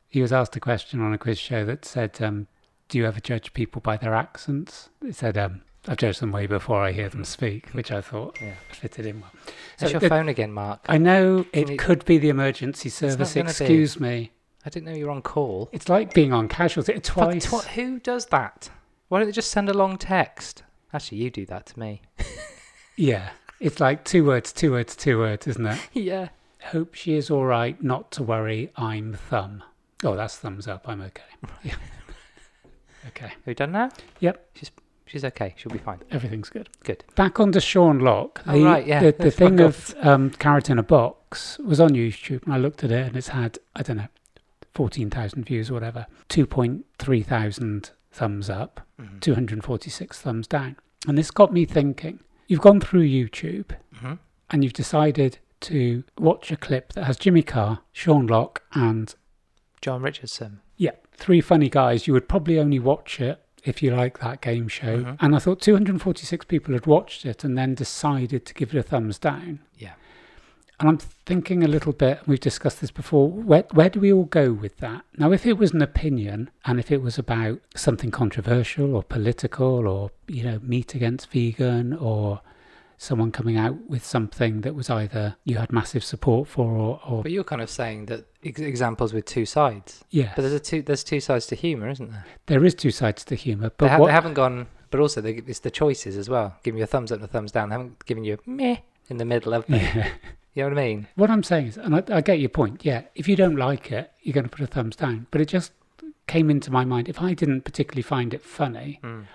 Speaker 2: he was asked a question on a quiz show that said, um, Do you ever judge people by their accents? It said, um, I've judged them way before I hear them speak, which I thought
Speaker 1: Mm. yeah.
Speaker 2: fitted in well. So
Speaker 1: That's your
Speaker 2: the-
Speaker 1: phone again, Mark. I,
Speaker 2: I know it
Speaker 1: Can you-
Speaker 2: could be the emergency service.
Speaker 1: gonna be.
Speaker 2: Excuse me.
Speaker 1: didn't know you were on call.
Speaker 2: It's like being on casualty
Speaker 1: Fuck,
Speaker 2: twice.
Speaker 1: twi- who does that? Why don't they just send a long text? Actually, you do that to
Speaker 2: <laughs>
Speaker 1: me.
Speaker 2: yeah. It's like two words, two words, two words, isn't it?
Speaker 1: yeah.
Speaker 2: Hope she is all right. Not to worry. I'm thumb. Oh, that's thumbs up. I'm okay. Yeah. okay.
Speaker 1: Who done that?
Speaker 2: Yep.
Speaker 1: She's she's okay. She'll be fine.
Speaker 2: Everything's good.
Speaker 1: Good.
Speaker 2: Back onto Sean Locke.
Speaker 1: Oh,
Speaker 2: The,
Speaker 1: right, yeah.
Speaker 2: the, the
Speaker 1: That's
Speaker 2: thing
Speaker 1: my
Speaker 2: of um, carrot in a box was on YouTube, and I looked at it, and it's had I don't know, fourteen thousand views or whatever, two point three thousand thumbs up,
Speaker 1: Mhm.
Speaker 2: two hundred forty six thumbs down, and this got me thinking. You've gone through YouTube
Speaker 1: Mhm.
Speaker 2: and you've decided to watch a clip that has Jimmy Carr, Sean Locke, and
Speaker 1: John Richardson.
Speaker 2: yeah, three funny guys. You would probably only watch it if you like that game show.
Speaker 1: Mhm.
Speaker 2: And I thought 246 people had watched it and then decided to give it a thumbs down.
Speaker 1: Yeah.
Speaker 2: And I'm thinking a little bit, we've discussed this before, where, where do we all go with that? Now, if it was an opinion and if it was about something controversial or political or, you know, meat against vegan or someone coming out with something that was either you had massive support for or, or
Speaker 1: But you're kind of saying that ex- examples with two sides.
Speaker 2: yeah,
Speaker 1: But there's a two there's two sides to humour, isn't there?
Speaker 2: there is two sides to humour. But
Speaker 1: they, ha-
Speaker 2: what,
Speaker 1: they haven't gone. But also, they, it's the choices as well. Giving you a thumbs up and a thumbs down. They haven't given you a meh in the middle of.
Speaker 2: <laughs> yeah.
Speaker 1: You know what I mean?
Speaker 2: What I'm saying is, and I, I get your point, yeah, if you don't like it, you're going to put a thumbs down. But it just came into my mind if I didn't particularly find it funny,
Speaker 1: Mm.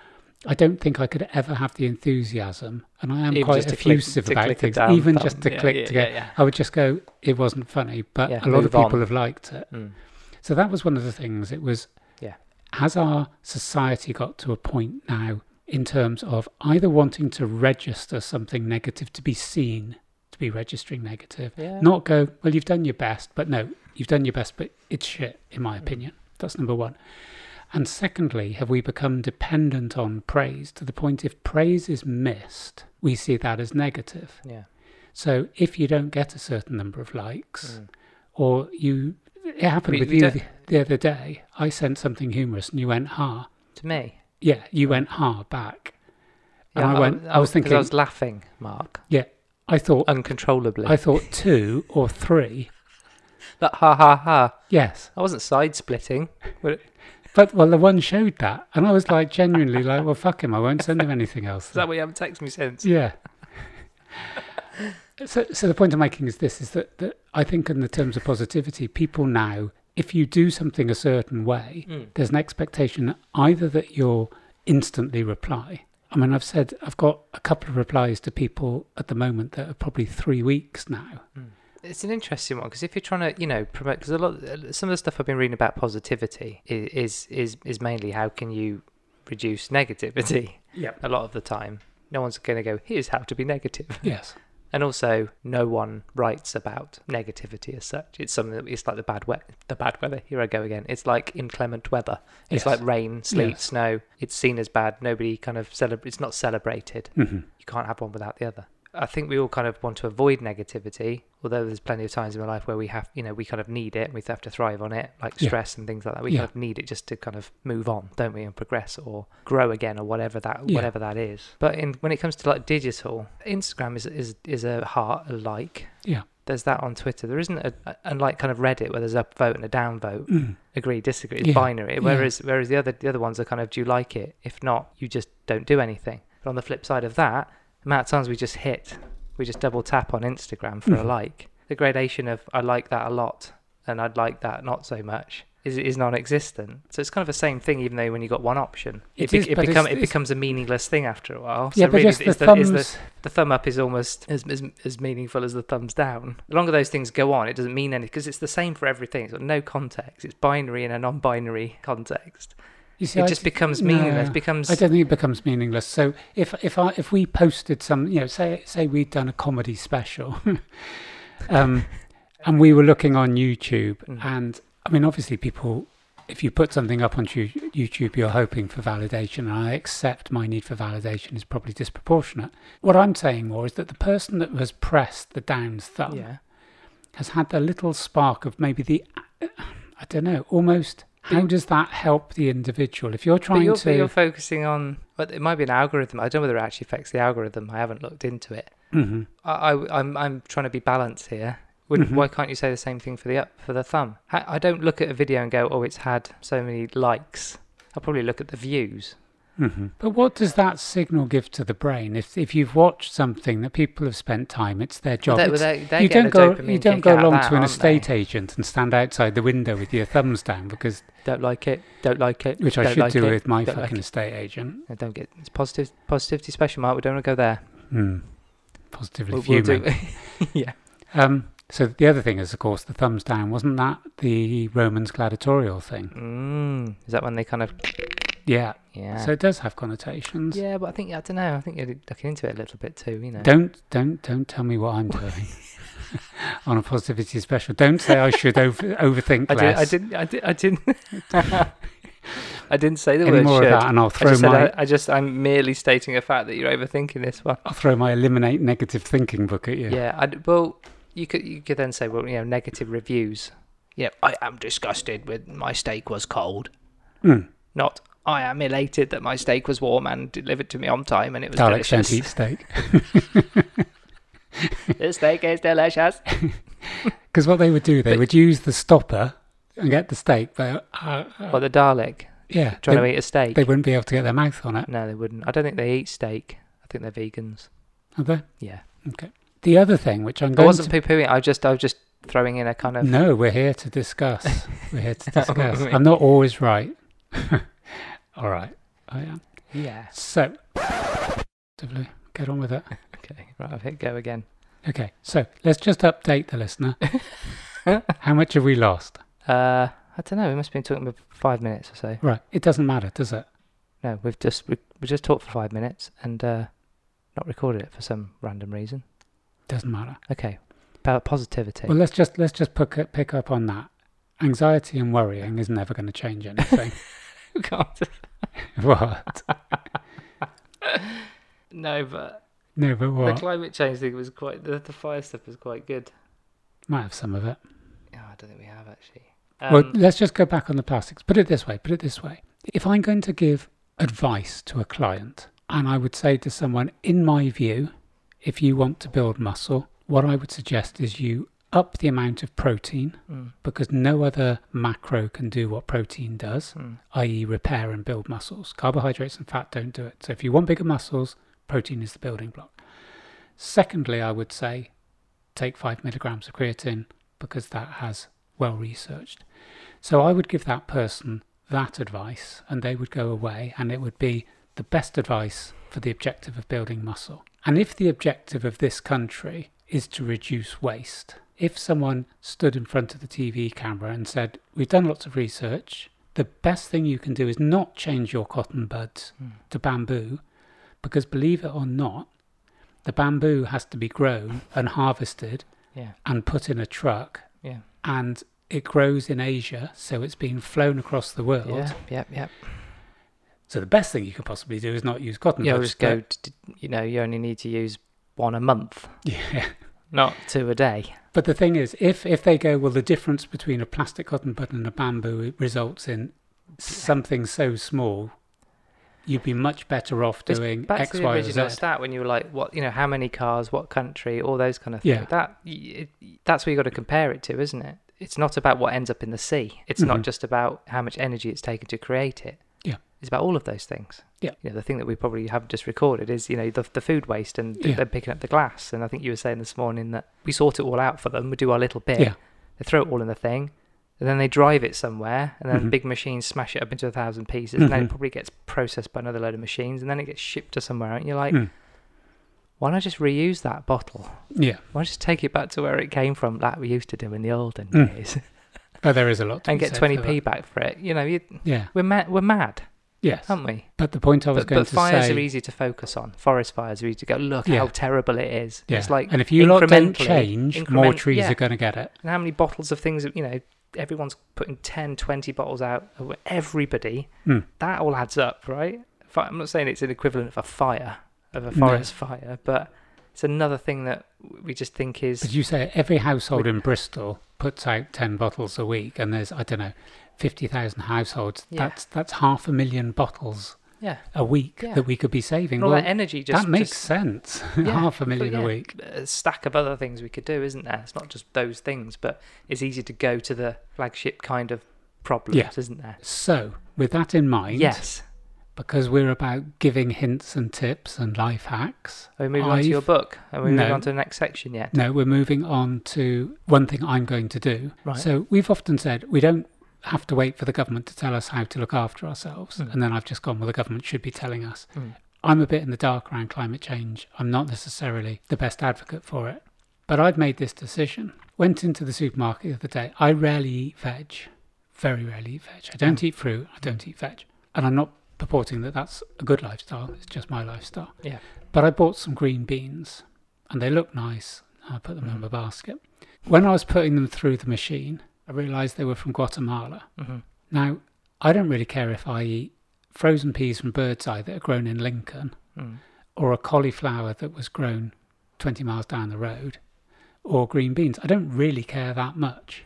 Speaker 2: I don't think I could ever have the enthusiasm. And I am
Speaker 1: Even
Speaker 2: quite
Speaker 1: just to click-
Speaker 2: effusive
Speaker 1: to
Speaker 2: about
Speaker 1: click a
Speaker 2: things,
Speaker 1: down
Speaker 2: even
Speaker 1: thumb.
Speaker 2: just to
Speaker 1: Yeah,
Speaker 2: click
Speaker 1: yeah,
Speaker 2: to
Speaker 1: yeah,
Speaker 2: get.
Speaker 1: yeah.
Speaker 2: I would just go, it wasn't funny, but
Speaker 1: Yeah,
Speaker 2: a lot of
Speaker 1: move on.
Speaker 2: people have liked it.
Speaker 1: Mm.
Speaker 2: So that was one of the things. It was,
Speaker 1: Yeah.
Speaker 2: has our society got to a point now in terms of either wanting to register something negative to be seen, to be registering negative,
Speaker 1: Yeah.
Speaker 2: not go, well, you've done your best, but no, you've done your best, but it's shit, in
Speaker 1: Mm.
Speaker 2: my opinion. That's number one. And secondly, have we become dependent on praise to the point if praise is missed, we see that as negative?
Speaker 1: Yeah.
Speaker 2: So if you don't get a certain number of likes,
Speaker 1: Mm.
Speaker 2: or you, it happened
Speaker 1: We-
Speaker 2: with
Speaker 1: we
Speaker 2: you
Speaker 1: don't-
Speaker 2: the, the other day, I sent something humorous and you went, ha.
Speaker 1: To me.
Speaker 2: Yeah, you went, ha, back. And I went, I, was
Speaker 1: 'cause
Speaker 2: thinking,
Speaker 1: I was laughing, Mark,
Speaker 2: I thought,
Speaker 1: uncontrollably.
Speaker 2: I thought two or three.
Speaker 1: Like, ha ha ha.
Speaker 2: Yes.
Speaker 1: I wasn't side splitting.
Speaker 2: But well, the one showed that, and I was like, genuinely, like, well, fuck him, I won't send him anything else.
Speaker 1: Is that why you haven't texted me since?
Speaker 2: yeah. <laughs> so, so the point I'm making is this: is that, that I think, in the terms of positivity, people now if you do something a certain way,
Speaker 1: Mm.
Speaker 2: there's an expectation either that you'll instantly reply. I mean, I've said I've got a couple of replies to people at the moment that are probably three weeks now.
Speaker 1: It's an interesting one because if you're trying to, you know, promote, because a lot, some of the stuff I've been reading about positivity i- is is is mainly how can you reduce negativity.
Speaker 2: Yep.
Speaker 1: A lot of the time, no one's going to go. Here's how to be negative,
Speaker 2: Yes.
Speaker 1: and also no one writes about negativity as such. It's something that it's like the bad weather. The bad weather. Here I go again. It's like inclement weather. It's
Speaker 2: Yes.
Speaker 1: like rain, sleet,
Speaker 2: Yes.
Speaker 1: snow. It's seen as bad. Nobody kind of celebrate. It's not celebrated
Speaker 2: hmm
Speaker 1: you can't have one without the other. I think we all kind of want to avoid negativity, although there's plenty of times in my life where we have, you know, we kind of need it and we have to thrive on it, like
Speaker 2: Yeah.
Speaker 1: stress and things like that. We
Speaker 2: Yeah.
Speaker 1: kind of need it just to kind of move on, don't we, and progress or grow again or whatever that
Speaker 2: Yeah.
Speaker 1: whatever that is. But in when it comes to like digital, Instagram is is is a heart a like.
Speaker 2: Yeah.
Speaker 1: There's that on Twitter. There isn't a unlike kind of Reddit where there's a vote and a down vote,
Speaker 2: Mm.
Speaker 1: agree, disagree. It's
Speaker 2: Yeah.
Speaker 1: binary.
Speaker 2: Yeah.
Speaker 1: Whereas whereas the other the other ones are kind of do you like it? If not, you just don't do anything. But on the flip side of that, the amount of times we just hit, we just double tap on Instagram for a
Speaker 2: Mhm.
Speaker 1: like. The gradation of I like that a lot and I'd like that not so much is is non-existent. So it's kind of the same thing, even though when you got one option, it,
Speaker 2: It
Speaker 1: be-
Speaker 2: is,
Speaker 1: it,
Speaker 2: but it's-
Speaker 1: become, it
Speaker 2: it's-
Speaker 1: becomes a meaningless thing after a while.
Speaker 2: yeah,
Speaker 1: so
Speaker 2: but
Speaker 1: really,
Speaker 2: just the
Speaker 1: it's
Speaker 2: thumbs.
Speaker 1: the, it's the the thumb up is almost as, as, as meaningful as the thumbs down. The longer those things go on, it doesn't mean anything because it's the same for everything. It's got no context. It's binary in a non-binary context.
Speaker 2: you see,
Speaker 1: it
Speaker 2: I-
Speaker 1: just becomes meaningless.
Speaker 2: No.
Speaker 1: becomes
Speaker 2: I don't think it becomes meaningless. So if if I if we posted some, you know, say say we'd done a comedy special, <laughs> um, and we were looking on YouTube,
Speaker 1: Mm.
Speaker 2: and I mean, obviously, people, if you put something up on Tu- YouTube, you're hoping for validation, and I accept my need for validation is probably disproportionate. What I'm saying more is that the person that has pressed the down's thumb
Speaker 1: yeah.
Speaker 2: has had a little spark of maybe the, I don't know, almost. How does that help the individual? If you're
Speaker 1: But
Speaker 2: trying
Speaker 1: you're,
Speaker 2: to,
Speaker 1: but you're focusing on. Well, it might be an algorithm. I don't know whether it actually affects the algorithm. I haven't looked into it.
Speaker 2: Mhm.
Speaker 1: I, I I'm I'm trying to be balanced here. Wouldn't,
Speaker 2: Mhm.
Speaker 1: Why can't you say the same thing for the up for the thumb? I, I don't look at a video and go, oh, it's had so many likes. I'll probably look at the views.
Speaker 2: mm-hmm. But what does that signal give to the brain? If if you've watched something that people have spent time, it's their job.
Speaker 1: They're-
Speaker 2: It's-
Speaker 1: they're- they're
Speaker 2: you
Speaker 1: getting
Speaker 2: don't
Speaker 1: a
Speaker 2: go
Speaker 1: dopamine
Speaker 2: you don't
Speaker 1: kick
Speaker 2: go
Speaker 1: out of
Speaker 2: along
Speaker 1: that,
Speaker 2: to an
Speaker 1: aren't they?
Speaker 2: estate agent and stand outside the window with your thumbs down because
Speaker 1: Don't like it. Don't like it.
Speaker 2: which I
Speaker 1: don't
Speaker 2: should
Speaker 1: like
Speaker 2: do
Speaker 1: it.
Speaker 2: with my
Speaker 1: don't like
Speaker 2: fucking
Speaker 1: it.
Speaker 2: estate agent.
Speaker 1: No, don't get it's positive positivity special, Mark. We don't want to go there.
Speaker 2: Hmm. Positively
Speaker 1: We'll, we'll
Speaker 2: fuming.
Speaker 1: do. yeah.
Speaker 2: um, so the other thing is, of course, the thumbs down. Wasn't that the Romans gladiatorial thing?
Speaker 1: <laughs> Mm, is that when they kind of?
Speaker 2: Yeah.
Speaker 1: Yeah.
Speaker 2: So it does have connotations.
Speaker 1: yeah, but I think I don't know. I think you're looking into it a little bit too. You know.
Speaker 2: Don't don't don't tell me what
Speaker 1: <laughs>
Speaker 2: I'm doing on a positivity special. Don't say I should over, overthink
Speaker 1: I did.
Speaker 2: less.
Speaker 1: I didn't. I did. I didn't. <laughs> I didn't say the
Speaker 2: any
Speaker 1: word
Speaker 2: more
Speaker 1: should.
Speaker 2: of that, and I'll
Speaker 1: I
Speaker 2: throw
Speaker 1: just said.
Speaker 2: my
Speaker 1: I, I just. I'm merely stating a fact that you're overthinking this one.
Speaker 2: I'll throw my eliminate negative thinking book at you.
Speaker 1: Yeah. I, well, you could. You could then say, well, you know, negative reviews. Yeah, I am disgusted with my steak was cold.
Speaker 2: Mm.
Speaker 1: Not. I am elated that my steak was warm and delivered to me on time, and it was
Speaker 2: Daleks
Speaker 1: delicious.
Speaker 2: don't eat steak
Speaker 1: <laughs> the steak is
Speaker 2: <laughs>
Speaker 1: delicious.
Speaker 2: because what they would do, they
Speaker 1: But-
Speaker 2: would use the stopper and get the steak, but uh, uh,
Speaker 1: Or the Dalek
Speaker 2: yeah,
Speaker 1: trying
Speaker 2: they,
Speaker 1: to eat a steak.
Speaker 2: they wouldn't be able to get their mouth on it.
Speaker 1: No, they wouldn't. I don't think they eat steak. I think they're vegans.
Speaker 2: Are they?
Speaker 1: Yeah,
Speaker 2: The other thing, which I'm
Speaker 1: I
Speaker 2: going
Speaker 1: wasn't
Speaker 2: to
Speaker 1: poo pooing. I was just, I was just throwing in a kind of.
Speaker 2: no, we're here to discuss. we're here
Speaker 1: <laughs> Oh,
Speaker 2: to discuss.
Speaker 1: Right.
Speaker 2: I'm not always right. <laughs> All right, I am.
Speaker 1: Yeah.
Speaker 2: So, get on with it.
Speaker 1: Okay. Right. I've hit go again. <laughs>
Speaker 2: Okay, so let's just update the listener. How much have we lost?
Speaker 1: Uh, I don't know. We must have been talking for five minutes or so.
Speaker 2: Right, it doesn't matter, does it?
Speaker 1: No, we've just we, we just talked for five minutes and uh, not recorded it for some random reason.
Speaker 2: Doesn't matter.
Speaker 1: Okay. About positivity. <laughs>
Speaker 2: Well, let's just let's just pick up, pick up on that. Anxiety and worrying is never going to change anything. <laughs>
Speaker 1: God.
Speaker 2: what?
Speaker 1: no, but
Speaker 2: No, but
Speaker 1: the
Speaker 2: what?
Speaker 1: climate change thing was quite. The, the fire stuff was quite good.
Speaker 2: Might have some of it.
Speaker 1: Oh, I don't think we have actually.
Speaker 2: well, let's just go back on the plastics. Put it this way. Put it this way. If I'm going to give advice to a client, and I would say to someone, in my view, if you want to build muscle, what I would suggest is you up the amount of protein
Speaker 1: mm,
Speaker 2: because no other macro can do what protein does.
Speaker 1: mm,
Speaker 2: i.e., repair and build muscles. Carbohydrates and fat don't do it. So if you want bigger muscles, protein is the building block. Secondly, I would say take five milligrams of creatine because that has well researched. So I would give that person that advice and they would go away and it would be the best advice for the objective of building muscle. And if the objective of this country is to reduce waste, if someone stood in front of the TV camera and said, We've done lots of research, the best thing you can do is not change your cotton buds
Speaker 1: Mm.
Speaker 2: to bamboo, because believe it or not, the bamboo has to be grown and harvested
Speaker 1: Yeah.
Speaker 2: and put in a truck.
Speaker 1: Yeah.
Speaker 2: And it grows in Asia, so it's being flown across the world.
Speaker 1: Yeah. Yep. Yep.
Speaker 2: So the best thing you could possibly do is not use cotton
Speaker 1: You
Speaker 2: buds.
Speaker 1: always go. To, you know, you only need to use one a month,
Speaker 2: but- Yeah.
Speaker 1: not two a day.
Speaker 2: But the thing is, if if they go, well, the difference between a plastic cotton bud and a bamboo it results in something so small, you'd be much better off
Speaker 1: It's
Speaker 2: doing
Speaker 1: Back
Speaker 2: X,
Speaker 1: to the
Speaker 2: Y, or
Speaker 1: original
Speaker 2: Z.
Speaker 1: stat when you were like, what you know, how many cars, what country, all those kind of things.
Speaker 2: Yeah.
Speaker 1: That y- it, that's what you got to compare it to, isn't it? It's not about what ends up in the sea. It's
Speaker 2: Mhm.
Speaker 1: not just about how much energy it's taken to create it.
Speaker 2: Yeah.
Speaker 1: It's about all of those things.
Speaker 2: Yeah.
Speaker 1: You know, the thing that we probably have just recorded is, you know, the, the food waste and
Speaker 2: Yeah.
Speaker 1: they're picking up the glass. And I think you were saying this morning that we sort it all out for them. We do our little bit.
Speaker 2: Yeah.
Speaker 1: They throw it all in the thing. And then they drive it somewhere, and then
Speaker 2: Mhm.
Speaker 1: big machines smash it up into a thousand pieces, and then
Speaker 2: Mhm.
Speaker 1: it probably gets processed by another load of machines, and then it gets shipped to somewhere. And you're like,
Speaker 2: Mm.
Speaker 1: why not just reuse that bottle?
Speaker 2: Yeah,
Speaker 1: Why not just take it back to where it came from, like we used to do in the olden
Speaker 2: Mm. <laughs>
Speaker 1: days,
Speaker 2: but there is a lot. To
Speaker 1: and
Speaker 2: be
Speaker 1: get
Speaker 2: said for
Speaker 1: 20p back for it? You know, you,
Speaker 2: that. Yeah.
Speaker 1: we're mad, we're mad,
Speaker 2: Yes.
Speaker 1: aren't we?
Speaker 2: But the point I was
Speaker 1: Um, But,
Speaker 2: going
Speaker 1: but
Speaker 2: to
Speaker 1: fires
Speaker 2: say.
Speaker 1: are easy to focus on. Forest fires are easy to go. Look
Speaker 2: Yeah.
Speaker 1: how terrible it is.
Speaker 2: yeah.
Speaker 1: It's like,
Speaker 2: and if you lot don't
Speaker 1: incrementally-
Speaker 2: change, more
Speaker 1: increment-
Speaker 2: trees
Speaker 1: yeah.
Speaker 2: are going to get it.
Speaker 1: and how many bottles of things? You know, everyone's putting 10, 20 bottles out. of Everybody,
Speaker 2: Hmm.
Speaker 1: that all adds up, right? Fi- I'm not saying it's an equivalent of a fire, of a
Speaker 2: No.
Speaker 1: forest fire, but it's another thing that we just think is.
Speaker 2: But you say every household in Bristol puts out ten bottles a week, and there's I don't know, fifty thousand households.
Speaker 1: Yeah.
Speaker 2: That's that's half a million bottles
Speaker 1: yeah.
Speaker 2: a week
Speaker 1: Yeah.
Speaker 2: that we could be saving.
Speaker 1: And all
Speaker 2: Well,
Speaker 1: that energy just
Speaker 2: that makes
Speaker 1: just
Speaker 2: sense. <laughs>
Speaker 1: Yeah,
Speaker 2: half a million
Speaker 1: yeah.
Speaker 2: a week.
Speaker 1: a stack of other things we could do, isn't there? It's not just those things, but it's easy to go to the flagship kind of problems,
Speaker 2: Yeah.
Speaker 1: isn't there?
Speaker 2: So, with that in mind,
Speaker 1: Yes.
Speaker 2: because we're about giving hints and tips and life hacks.
Speaker 1: Are we moving on to your
Speaker 2: I've-
Speaker 1: book? Are we moving
Speaker 2: No.
Speaker 1: on to the next section yet?
Speaker 2: No, we're moving on to one thing I'm going to do.
Speaker 1: Right.
Speaker 2: So, we've often said we don't have to wait for the government to tell us how to look after ourselves.
Speaker 1: Mm.
Speaker 2: And then I've just gone, well, the government should be telling us.
Speaker 1: Mm.
Speaker 2: I'm a bit in the dark around climate change. I'm not necessarily the best advocate for it. But I've made this decision. Went into the supermarket the other day. I rarely eat veg. Very rarely eat veg. I don't eat fruit. I don't eat veg. And I'm not purporting that that's a good lifestyle. It's just my lifestyle.
Speaker 1: Yeah.
Speaker 2: But I bought some green beans and they look nice. I put them in my basket. When I was putting them through the machine, I realized they were from Guatemala.
Speaker 1: Mhm.
Speaker 2: Now, I don't really care if I eat frozen peas from Birdseye that are grown in Lincoln
Speaker 1: Mm.
Speaker 2: or a cauliflower that was grown 20 miles down the road or green beans. I don't really care that much.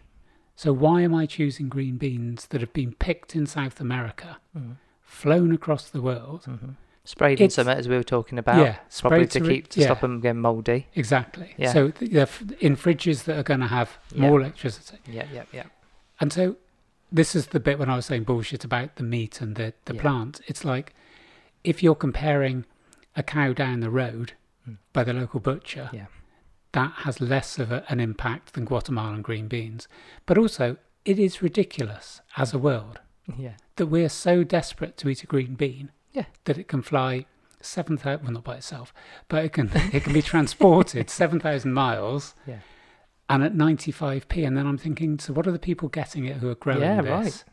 Speaker 2: So, why am I choosing green beans that have been picked in South America,
Speaker 1: Mm.
Speaker 2: flown across the world?
Speaker 1: Mm-hmm. Sprayed in
Speaker 2: It's-
Speaker 1: summer, as we were talking about.
Speaker 2: yeah,
Speaker 1: Probably
Speaker 2: sprayed
Speaker 1: to
Speaker 2: re-
Speaker 1: keep to
Speaker 2: yeah,
Speaker 1: stop them getting mouldy.
Speaker 2: Exactly.
Speaker 1: Yeah.
Speaker 2: So, th- they're f- in fridges that are going to have
Speaker 1: Yeah.
Speaker 2: more electricity.
Speaker 1: Yeah, yeah, yeah.
Speaker 2: And so this is the bit when I was saying bullshit about the meat and the, the
Speaker 1: Yeah.
Speaker 2: plant. It's like if you're comparing a cow down the road
Speaker 1: Mm.
Speaker 2: by the local butcher,
Speaker 1: Yeah.
Speaker 2: that has less of a, an impact than Guatemalan green beans. But also, it is ridiculous as a world
Speaker 1: Yeah.
Speaker 2: that we're so desperate to eat a green bean
Speaker 1: Yeah.
Speaker 2: that it can fly seven thousand well not by itself, but it can it can
Speaker 1: <laughs>
Speaker 2: be transported seven thousand miles.
Speaker 1: Yeah.
Speaker 2: And at ninety five p, and then I'm thinking, so what are the people getting it who are growing
Speaker 1: Yeah,
Speaker 2: this?
Speaker 1: right.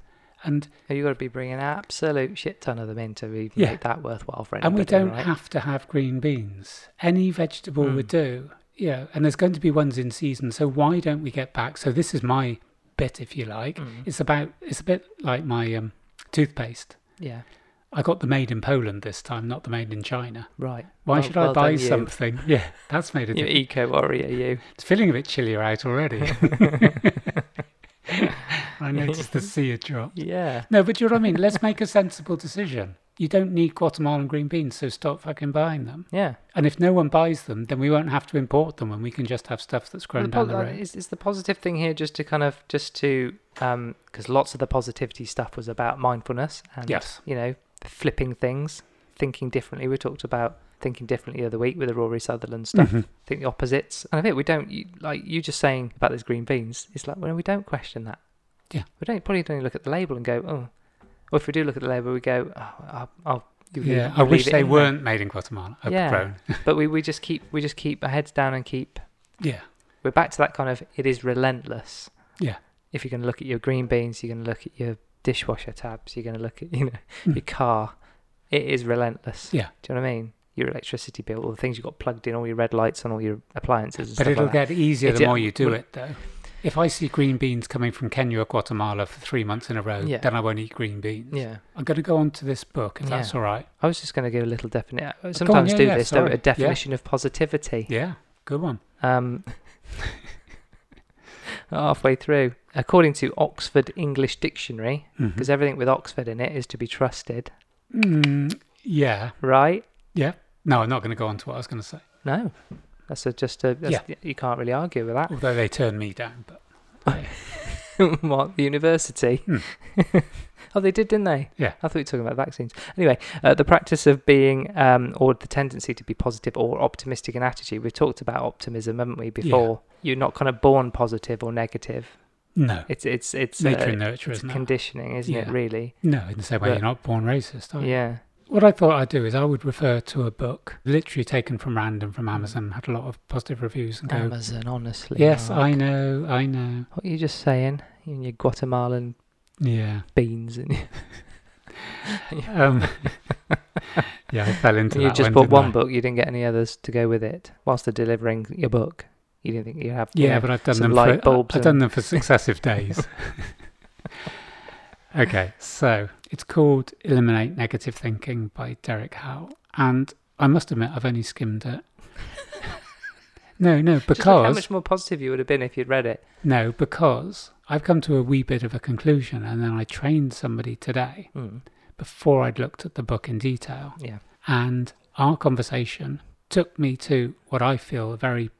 Speaker 2: And
Speaker 1: You've got to be bringing an absolute shit ton of them in to even
Speaker 2: Yeah.
Speaker 1: make that worthwhile for anybody.
Speaker 2: and we don't
Speaker 1: right?
Speaker 2: have to have green beans. Any vegetable
Speaker 1: Mm.
Speaker 2: would do. Yeah, and there's going to be ones in season. So why don't we get back? So this is my bit, if you like.
Speaker 1: Mm.
Speaker 2: It's about it's a bit like my um, toothpaste.
Speaker 1: Yeah,
Speaker 2: I got the made in Poland this time, not the made in China.
Speaker 1: right.
Speaker 2: Why
Speaker 1: Well-
Speaker 2: should I
Speaker 1: well
Speaker 2: buy
Speaker 1: done you. <laughs>
Speaker 2: something? Yeah, that's made a
Speaker 1: You
Speaker 2: difference.
Speaker 1: eco warrior, you.
Speaker 2: It's feeling a bit chillier out
Speaker 1: <laughs>
Speaker 2: already. <laughs> I noticed the sea had dropped.
Speaker 1: Yeah.
Speaker 2: No, but you know what I mean? Let's make a sensible decision. You don't need Guatemalan green beans, so stop fucking buying them.
Speaker 1: Yeah.
Speaker 2: And if no one buys them, then we won't have to import them and we can just have stuff that's
Speaker 1: Well,
Speaker 2: grown
Speaker 1: the
Speaker 2: down
Speaker 1: po-
Speaker 2: the
Speaker 1: uh,
Speaker 2: road.
Speaker 1: Is, is the positive thing here just to kind of, just to, um, because lots of the positivity stuff was about mindfulness and,
Speaker 2: Yes.
Speaker 1: you know, flipping things, thinking differently. We talked about thinking differently the other week with the Rory Sutherland stuff.
Speaker 2: Mhm.
Speaker 1: I think the opposites. And I think we don't you, like you just saying about those green beans. It's like well, we don't question that.
Speaker 2: Yeah.
Speaker 1: We don't probably don't look at the label and go, oh. Or if we do look at the label, we go, oh, I'll. I'll you leave-
Speaker 2: yeah,
Speaker 1: you
Speaker 2: I
Speaker 1: leave
Speaker 2: wish
Speaker 1: it
Speaker 2: they
Speaker 1: in there."
Speaker 2: weren't made in Guatemala. I've
Speaker 1: Yeah.
Speaker 2: grown.
Speaker 1: But we, we just keep we just keep our heads down and keep.
Speaker 2: Yeah,
Speaker 1: We're back to that kind of it is relentless.
Speaker 2: Yeah.
Speaker 1: If you're going to look at your green beans, you're going to look at your dishwasher tabs. You're going to look at you know
Speaker 2: Mm.
Speaker 1: your car. It is relentless.
Speaker 2: Yeah.
Speaker 1: Do you know what I mean? Your electricity bill, all the things you've got plugged in, all your red lights on all your appliances. And
Speaker 2: but
Speaker 1: stuff
Speaker 2: it'll
Speaker 1: like that.
Speaker 2: get easier
Speaker 1: It's
Speaker 2: the
Speaker 1: a-
Speaker 2: more you do
Speaker 1: well-
Speaker 2: it, though. If I see green beans coming from Kenya or Guatemala for three months in a row,
Speaker 1: Yeah.
Speaker 2: then I won't eat green beans.
Speaker 1: Yeah.
Speaker 2: I'm going to go on to this book if
Speaker 1: Yeah.
Speaker 2: that's all right.
Speaker 1: I was just going to give a little definition. Sometimes
Speaker 2: yeah,
Speaker 1: do
Speaker 2: yeah,
Speaker 1: this, don't we?
Speaker 2: sorry.
Speaker 1: a definition of positivity.
Speaker 2: Yeah, good one. <laughs>
Speaker 1: Um, halfway through, according to Oxford English Dictionary,
Speaker 2: Mhm.
Speaker 1: because everything with Oxford in it is to be trusted,
Speaker 2: Mm, yeah.
Speaker 1: right?
Speaker 2: No, I'm not going to go on to what I was going to say,
Speaker 1: No, that's a, just a that's, you can't really argue with that.
Speaker 2: although they turned me down. But
Speaker 1: <laughs> what the university?
Speaker 2: Hmm.
Speaker 1: <laughs> oh, they did, didn't they?
Speaker 2: Yeah.
Speaker 1: I thought you were talking about vaccines. Anyway, uh, the practice of being um, or the tendency to be positive or optimistic in attitude. We've talked about optimism, haven't we? Before you're not kind of born positive or negative.
Speaker 2: no,
Speaker 1: It's it's it's
Speaker 2: nature
Speaker 1: uh,
Speaker 2: and nurture,
Speaker 1: it's
Speaker 2: isn't it?
Speaker 1: conditioning, isn't it?
Speaker 2: Yeah. Oh,
Speaker 1: Really?
Speaker 2: No, in the same way
Speaker 1: But-
Speaker 2: you're not born racist, are you?
Speaker 1: Yeah.
Speaker 2: What I thought I'd do is I would refer to a book literally taken from random from Amazon, had a lot of positive reviews and go,
Speaker 1: Mm. Amazon, honestly.
Speaker 2: Yes,
Speaker 1: Mark.
Speaker 2: I know, I know.
Speaker 1: What are you just saying? You and your Guatemalan <laughs>
Speaker 2: Yeah. <laughs>
Speaker 1: beans, and you,
Speaker 2: Um, yeah, I fell into
Speaker 1: and you
Speaker 2: that
Speaker 1: just
Speaker 2: one,
Speaker 1: bought
Speaker 2: didn't
Speaker 1: one
Speaker 2: I?
Speaker 1: book. You didn't get any others to go with it. Whilst they're delivering your book, you didn't think you'd have. you
Speaker 2: Yeah,
Speaker 1: know,
Speaker 2: but I've done
Speaker 1: some
Speaker 2: them
Speaker 1: light
Speaker 2: for
Speaker 1: bulbs
Speaker 2: I've done
Speaker 1: and-
Speaker 2: them for
Speaker 1: <laughs>
Speaker 2: successive days. <laughs> okay, so it's called Eliminate Negative Thinking by Derek Howe, and I must admit I've only skimmed
Speaker 1: <laughs>
Speaker 2: it. no, no,
Speaker 1: Just look how
Speaker 2: because
Speaker 1: much more positive you would have been if you'd read it.
Speaker 2: no, because I've come to a wee bit of a conclusion, and then I trained somebody today
Speaker 1: Mm.
Speaker 2: before I'd looked at the book in detail.
Speaker 1: Yeah.
Speaker 2: And our conversation took me to what I feel a very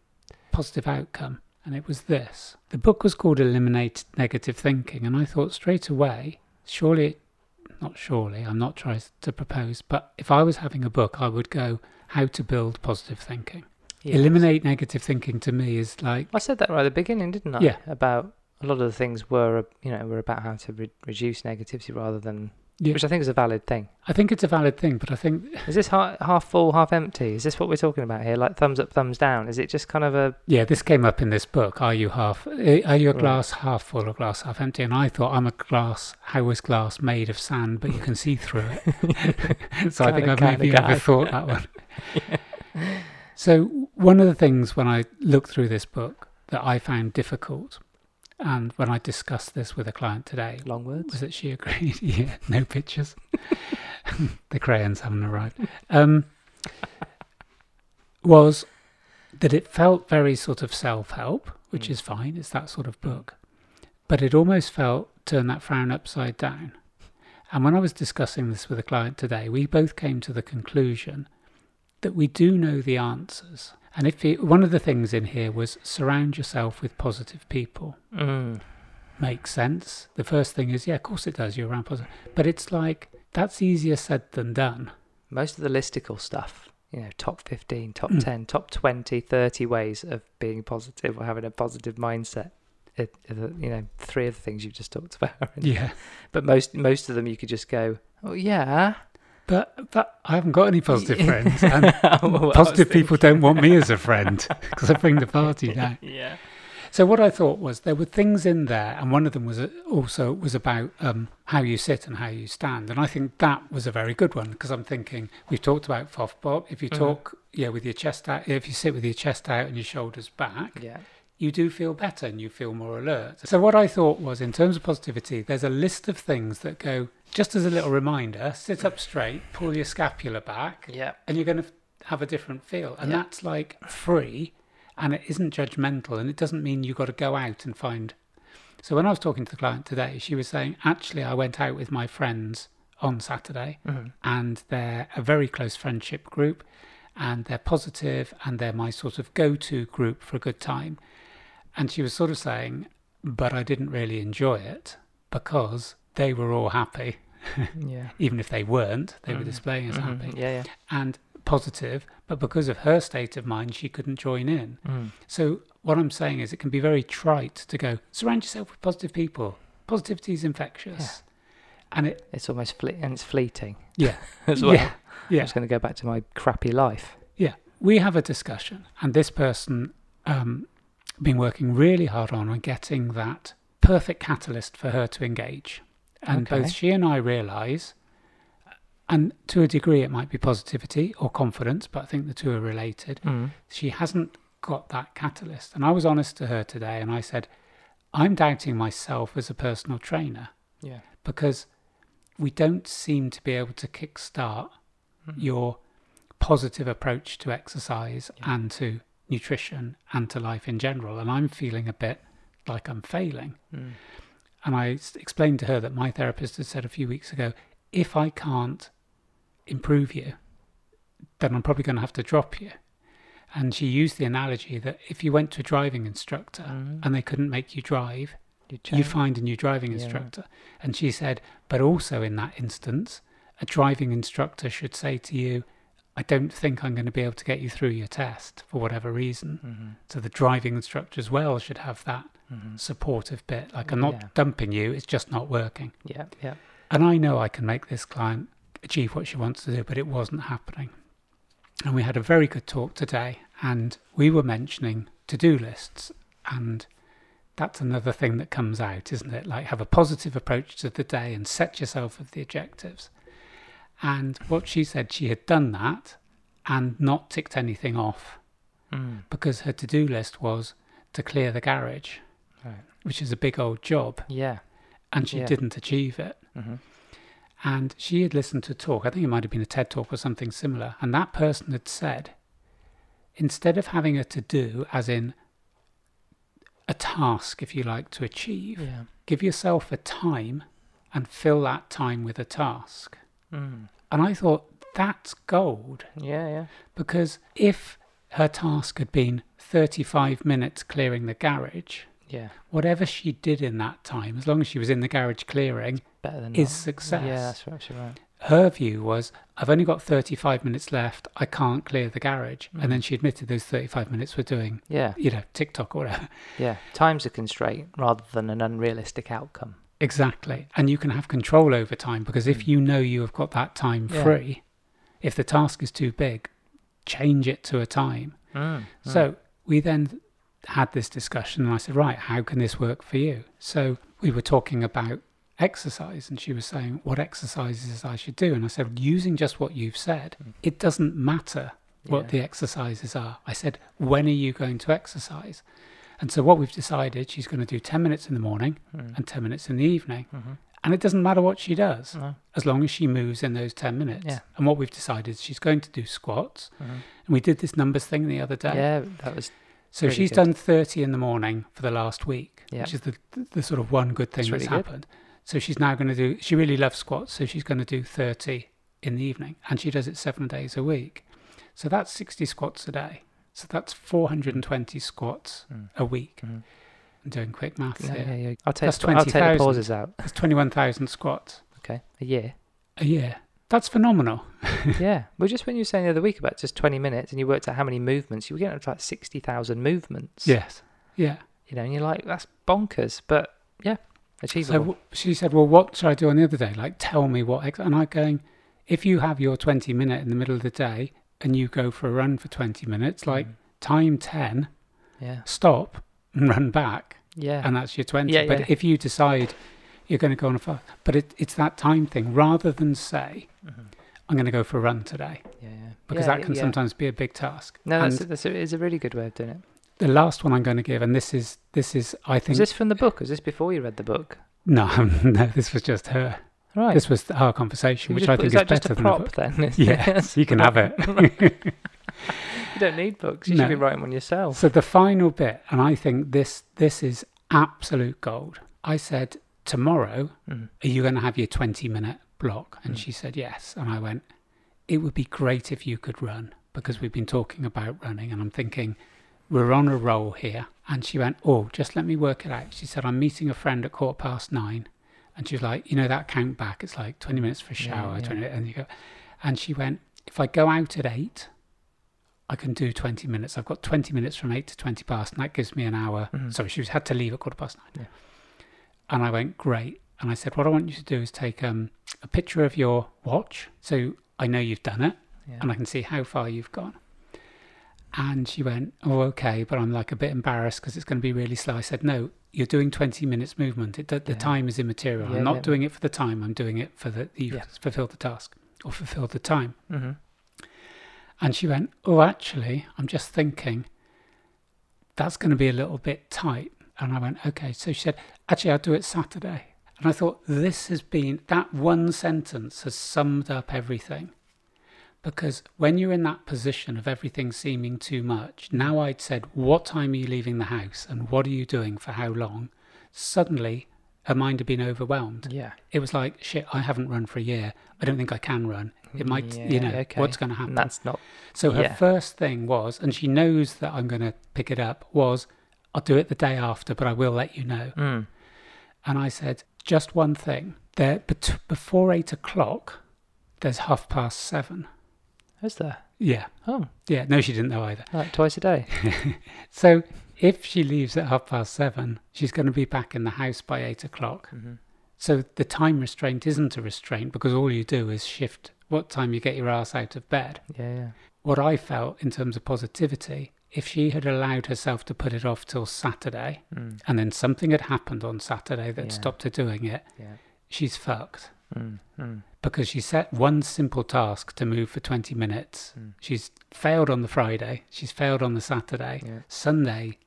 Speaker 2: positive outcome. And it was this the book was called Eliminate Negative Thinking. And I thought straight away, surely, it, not surely, I'm not trying to propose, but if I was having a book, I would go, How to Build Positive Thinking.
Speaker 1: Yeah.
Speaker 2: Eliminate negative thinking to me is like,
Speaker 1: I said that right at the beginning, didn't I?
Speaker 2: Yeah.
Speaker 1: About a lot of the things were, you know, were about how to re- reduce negativity rather than,
Speaker 2: Yeah.
Speaker 1: which I think is a valid thing.
Speaker 2: I think it's a valid thing, but I think
Speaker 1: Is this ha- half full, half empty? Is this what we're talking about here? Like thumbs up, thumbs down? Is it just kind of a
Speaker 2: Yeah, this came up in this book. Are you half? eh, Are you a
Speaker 1: Right.
Speaker 2: glass half full or glass half empty? And I thought I'm a glass. How is glass made of sand, but you can see through <laughs> it? so I think
Speaker 1: Kinda,
Speaker 2: I
Speaker 1: kinda
Speaker 2: maybe
Speaker 1: guy.
Speaker 2: overthought that
Speaker 1: <laughs>
Speaker 2: one. So one of the things when I looked through this book that I found difficult, and when I discussed this with a client today,
Speaker 1: long words?
Speaker 2: was that she agreed. <laughs> yeah, no pictures. <laughs> the crayons haven't arrived. Um, was that it felt very sort of self help, which
Speaker 1: Mm.
Speaker 2: is fine. It's that sort of book. But it almost felt turn that frown upside down. And when I was discussing this with a client today, we both came to the conclusion that we do know the answers. And if it, one of the things in here was surround yourself with positive people
Speaker 1: Mm.
Speaker 2: makes sense. The first thing is, yeah, of course it does. You're around positive, but it's like that's easier said than done.
Speaker 1: Most of the listicle stuff, you know, top 15, top
Speaker 2: Mm.
Speaker 1: 10, top 20, 30 ways of being positive or having a positive mindset. It, it- you know, three of the things you've just talked about.
Speaker 2: Yeah,
Speaker 1: But most most of them you could just go, oh, yeah.
Speaker 2: but but I haven't got any
Speaker 1: <laughs>
Speaker 2: positive
Speaker 1: Yeah.
Speaker 2: friends, and
Speaker 1: Well, I was
Speaker 2: <laughs> positive
Speaker 1: thinking-
Speaker 2: people don't want
Speaker 1: <laughs>
Speaker 2: me as a friend because I bring the party down.
Speaker 1: Yeah.
Speaker 2: So what I thought was there were things in there, and one of them was uh, also was about um, how you sit and how you stand, and I think that was a very good one because I'm thinking we've talked about fof bob. If you
Speaker 1: Mhm.
Speaker 2: talk, yeah, with your chest out, if you sit with your chest out and your shoulders back,
Speaker 1: Yeah.
Speaker 2: you do feel better and you feel more alert. So, what I thought was in terms of positivity, there's a list of things that go just as a little reminder sit up straight, pull your scapula back,
Speaker 1: Yeah.
Speaker 2: and you're going to have a different feel. And
Speaker 1: Yeah.
Speaker 2: that's like free and it isn't judgmental and it doesn't mean you've got to go out and find. So, when I was talking to the client today, she was saying, actually, I went out with my friends on Saturday
Speaker 1: Mhm.
Speaker 2: and they're a very close friendship group and they're positive and they're my sort of go to group for a good time. And she was sort of saying, but I didn't really enjoy it because they were all happy.
Speaker 1: Yeah.
Speaker 2: Even if they weren't, they were
Speaker 1: Mhm.
Speaker 2: displaying as
Speaker 1: Mhm.
Speaker 2: happy
Speaker 1: Yeah. Yeah.
Speaker 2: and positive. But because of her state of mind, she couldn't join in.
Speaker 1: Mm.
Speaker 2: So, what I'm saying is, it can be very trite to go surround yourself with positive people. Positivity is infectious. And it,
Speaker 1: It's almost fle- and it's fleeting
Speaker 2: yeah,
Speaker 1: <laughs> as well.
Speaker 2: Yeah,
Speaker 1: I'm
Speaker 2: <laughs> yeah.
Speaker 1: just going to go back to my crappy life.
Speaker 2: Yeah, we have a discussion, and this person um, been working really hard on on getting that perfect catalyst for her to engage, and
Speaker 1: Okay.
Speaker 2: both she and I realise, and to a degree it might be positivity or confidence, but I think the two are related.
Speaker 1: Mm.
Speaker 2: She hasn't got that catalyst, and I was honest to her today, and I said, I'm doubting myself as a personal trainer
Speaker 1: Yeah.
Speaker 2: because we don't seem to be able to kickstart
Speaker 1: Hmm.
Speaker 2: your positive approach to exercise
Speaker 1: Yeah.
Speaker 2: and to nutrition and to life in general. And I'm feeling a bit like I'm failing.
Speaker 1: Mm.
Speaker 2: And I s- explained to her that my therapist had said a few weeks ago if I can't improve you, then I'm probably going to have to drop you. And she used the analogy that if you went to a driving instructor
Speaker 1: Mm.
Speaker 2: and they couldn't make you drive,
Speaker 1: You
Speaker 2: you
Speaker 1: change.
Speaker 2: find a new driving
Speaker 1: Yeah.
Speaker 2: instructor. And she said, but also in that instance, a driving instructor should say to you, I don't think I'm going to be able to get you through your test for whatever reason.
Speaker 1: Mhm.
Speaker 2: So the driving instructor as well should have that
Speaker 1: Mhm.
Speaker 2: supportive bit. Like, I'm not
Speaker 1: Yeah.
Speaker 2: dumping you, it's just not working.
Speaker 1: Yeah, yeah.
Speaker 2: And I know I can make this client achieve what she wants to do, but it wasn't happening. And we had a very good talk today, and we were mentioning to do lists. And that's another thing that comes out, isn't it? Like, have a positive approach to the day and set yourself with the objectives. And what she said, she had done that and not ticked anything off
Speaker 1: Mm.
Speaker 2: because her to do list was to clear the garage,
Speaker 1: Right.
Speaker 2: which is a big old job,
Speaker 1: Yeah.
Speaker 2: and she
Speaker 1: Yeah.
Speaker 2: didn't achieve it.
Speaker 1: Mm-hmm.
Speaker 2: And she had listened to a talk, I think it might have been a TED talk or something similar. And that person had said, instead of having a to do, as in a task, if you like, to achieve,
Speaker 1: Yeah.
Speaker 2: give yourself a time and fill that time with a task.
Speaker 1: Mm.
Speaker 2: And I thought, that's gold.
Speaker 1: Yeah, yeah.
Speaker 2: Because if her task had been 35 minutes clearing the garage,
Speaker 1: Yeah.
Speaker 2: whatever she did in that time, as long as she was in the garage clearing,
Speaker 1: Better than
Speaker 2: is
Speaker 1: not.
Speaker 2: success.
Speaker 1: Yeah, that's right, actually right.
Speaker 2: her view was I've only got 35 minutes left. I can't clear the garage.
Speaker 1: Mm.
Speaker 2: And then she admitted those 35 minutes were doing,
Speaker 1: Yeah,
Speaker 2: you know, TikTok or whatever. <laughs>
Speaker 1: yeah. Time's a constraint rather than an unrealistic outcome.
Speaker 2: exactly. And you can have control over time because
Speaker 1: Mm.
Speaker 2: if you know you have got that time
Speaker 1: Yeah.
Speaker 2: free, if the task is too big, change it to a time.
Speaker 1: Mm. mm.
Speaker 2: So we then had this discussion and I said, right, how can this work for you? So we were talking about exercise and she was saying what exercises I should do. And I said, using just what you've said,
Speaker 1: Mm.
Speaker 2: it doesn't matter what
Speaker 1: Yeah.
Speaker 2: the exercises are. I said, when are you going to exercise? And so what we've decided, she's going to do 10 minutes in the morning
Speaker 1: Mm.
Speaker 2: and 10 minutes in the evening.
Speaker 1: Mhm.
Speaker 2: And it doesn't matter what she does,
Speaker 1: No.
Speaker 2: as long as she moves in those 10 minutes.
Speaker 1: Yeah.
Speaker 2: And what we've decided, is she's going to do squats.
Speaker 1: Mhm.
Speaker 2: And we did this numbers thing the other day.
Speaker 1: Yeah, that was
Speaker 2: So
Speaker 1: Really
Speaker 2: she's
Speaker 1: good.
Speaker 2: done 30 in the morning for the last week,
Speaker 1: Yeah.
Speaker 2: which is the, the sort of one good thing
Speaker 1: That's
Speaker 2: that's,
Speaker 1: really good.
Speaker 2: happened. So she's now going to do, she really loves squats, so she's going to do 30 in the evening and she does it seven days a week. So that's 60 squats a day. So that's 420 squats
Speaker 1: Mm.
Speaker 2: a week.
Speaker 1: Mhm.
Speaker 2: I'm doing quick maths
Speaker 1: no,
Speaker 2: here.
Speaker 1: yeah, yeah. I'll take
Speaker 2: That's
Speaker 1: the, I'll take the
Speaker 2: 20,000.
Speaker 1: pauses out.
Speaker 2: That's 21,000 squats
Speaker 1: Okay, a <laughs> year.
Speaker 2: a year. That's phenomenal.
Speaker 1: yeah. Well, just when you were saying the other week about just 20 minutes and you worked out how many movements, you were getting up to like 60,000 movements.
Speaker 2: Yes. Yeah.
Speaker 1: You know, and you're like, that's bonkers. But yeah,
Speaker 2: So
Speaker 1: achievable.
Speaker 2: w- she said, "Well, what should I do on the other day? Like, tell me what." Ex-? And I'm going, "If you have your 20 minute in the middle of the day and you go for a run for 20 minutes, like
Speaker 1: Mm.
Speaker 2: time 10,
Speaker 1: yeah.
Speaker 2: stop and run back,
Speaker 1: Yeah.
Speaker 2: and that's your 20."
Speaker 1: Yeah,
Speaker 2: but
Speaker 1: yeah.
Speaker 2: if you decide you're going to go on a fast, but it, it's that time thing rather than say,
Speaker 1: Mhm.
Speaker 2: "I'm going to go for a run today,"
Speaker 1: yeah, yeah.
Speaker 2: because
Speaker 1: Yeah,
Speaker 2: that
Speaker 1: yeah,
Speaker 2: can
Speaker 1: yeah.
Speaker 2: sometimes be a big task.
Speaker 1: No,
Speaker 2: and
Speaker 1: that's, that's a, it's a really good way of doing it.
Speaker 2: the last one I'm going to give, and this is this is I think
Speaker 1: Was this from the book? Was this before you read the book?
Speaker 2: <laughs> no, <laughs> no, this was just her.
Speaker 1: Right.
Speaker 2: This was our conversation,
Speaker 1: You
Speaker 2: which
Speaker 1: just
Speaker 2: I
Speaker 1: put-
Speaker 2: think
Speaker 1: is
Speaker 2: is,
Speaker 1: that just
Speaker 2: better
Speaker 1: a
Speaker 2: than a book.
Speaker 1: prop
Speaker 2: <laughs>
Speaker 1: then? <laughs>
Speaker 2: Yes, you can have it.
Speaker 1: You don't need books. You should
Speaker 2: No.
Speaker 1: be writing one yourself.
Speaker 2: So the final bit, and I think this this is absolute gold. I said, tomorrow,
Speaker 1: Mm.
Speaker 2: are you going to have your 20 minute block? And
Speaker 1: Mm.
Speaker 2: she said, yes. And I went, it would be great if you could run because we've been talking about running. And I'm thinking, we're on a roll here. And she went, oh, just let me work it out. She said, I'm meeting a friend at quarter past nine. And she was like, you know, that count back, it's like 20 minutes for a
Speaker 1: Yeah,
Speaker 2: shower,
Speaker 1: yeah.
Speaker 2: 20 minutes. And, you go, and she went, if I go out at eight, I can do 20 minutes. I've got 20 minutes from eight to 20 past, and that gives me an hour.
Speaker 1: Mhm.
Speaker 2: Sorry, she was, had to leave at quarter past nine. And I went, great. And I said, what I want you to do is take um, a picture of your watch so I know you've done it
Speaker 1: Yeah.
Speaker 2: and I can see how far you've gone. And she went, oh, okay. But I'm like a bit embarrassed because it's going to be really slow. I said, no, you're doing 20 minutes movement. It, the, the
Speaker 1: Yeah.
Speaker 2: time is immaterial.
Speaker 1: Yeah,
Speaker 2: I'm not
Speaker 1: yeah.
Speaker 2: doing it for the time. I'm doing it for the, you've
Speaker 1: Yeah.
Speaker 2: fulfilled the task or fulfilled the time.
Speaker 1: hmm
Speaker 2: And she went, Oh, actually, I'm just thinking that's going to be a little bit tight. And I went, Okay. So she said, Actually, I'll do it Saturday. And I thought, This has been that one sentence has summed up everything. Because when you're in that position of everything seeming too much, now I'd said, What time are you leaving the house and what are you doing for how long? Suddenly, her mind had been overwhelmed
Speaker 1: Yeah.
Speaker 2: it was like shit i haven't run for a year i don't think i can run it might you
Speaker 1: Mm-hmm. Yeah,
Speaker 2: know
Speaker 1: okay.
Speaker 2: what's going to happen
Speaker 1: And that's not.
Speaker 2: so her
Speaker 1: yeah.
Speaker 2: first thing was and she knows that i'm going to pick it up was i'll do it the day after but i will let you know
Speaker 1: Mm.
Speaker 2: and i said just one thing there bet- before eight o'clock there's half past seven
Speaker 1: Is there?
Speaker 2: yeah
Speaker 1: Oh,
Speaker 2: yeah no she didn't know either
Speaker 1: like twice a
Speaker 2: <laughs>
Speaker 1: day.
Speaker 2: so if she leaves at half past seven she's going to be back in the house by eight o'clock
Speaker 1: hmm
Speaker 2: So the time restraint isn't a restraint because all you do is shift what time you get your ass out of bed.
Speaker 1: Yeah, yeah.
Speaker 2: What I felt in terms of positivity, if she had allowed herself to put it off till Saturday
Speaker 1: Mm.
Speaker 2: and then something had happened on Saturday that
Speaker 1: Yeah.
Speaker 2: stopped her doing it,
Speaker 1: Yeah.
Speaker 2: she's fucked
Speaker 1: Mm. Mm.
Speaker 2: because she set one simple task to move for 20 minutes.
Speaker 1: Mm.
Speaker 2: She's failed on the Friday, she's failed on the Saturday.
Speaker 1: Yeah.
Speaker 2: Sunday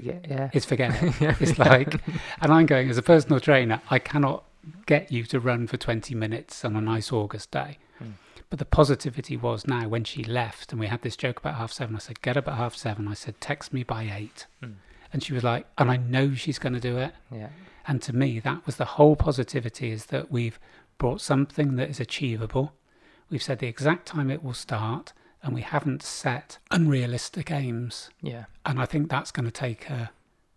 Speaker 1: Forget. Yeah.
Speaker 2: is forget it. <laughs> It's like, and I'm going as a personal trainer, I cannot get you to run for 20 minutes on a nice August day.
Speaker 1: Mm.
Speaker 2: But the positivity was now when she left, and we had this joke about half seven. I said, Get up at half seven. I said, Text me by eight.
Speaker 1: Mm.
Speaker 2: And she was like, And I know she's going to do it.
Speaker 1: yeah.
Speaker 2: And to me, that was the whole positivity is that we've brought something that is achievable. We've said the exact time it will start, and we haven't set unrealistic aims.
Speaker 1: Yeah.
Speaker 2: And I think that's going to take her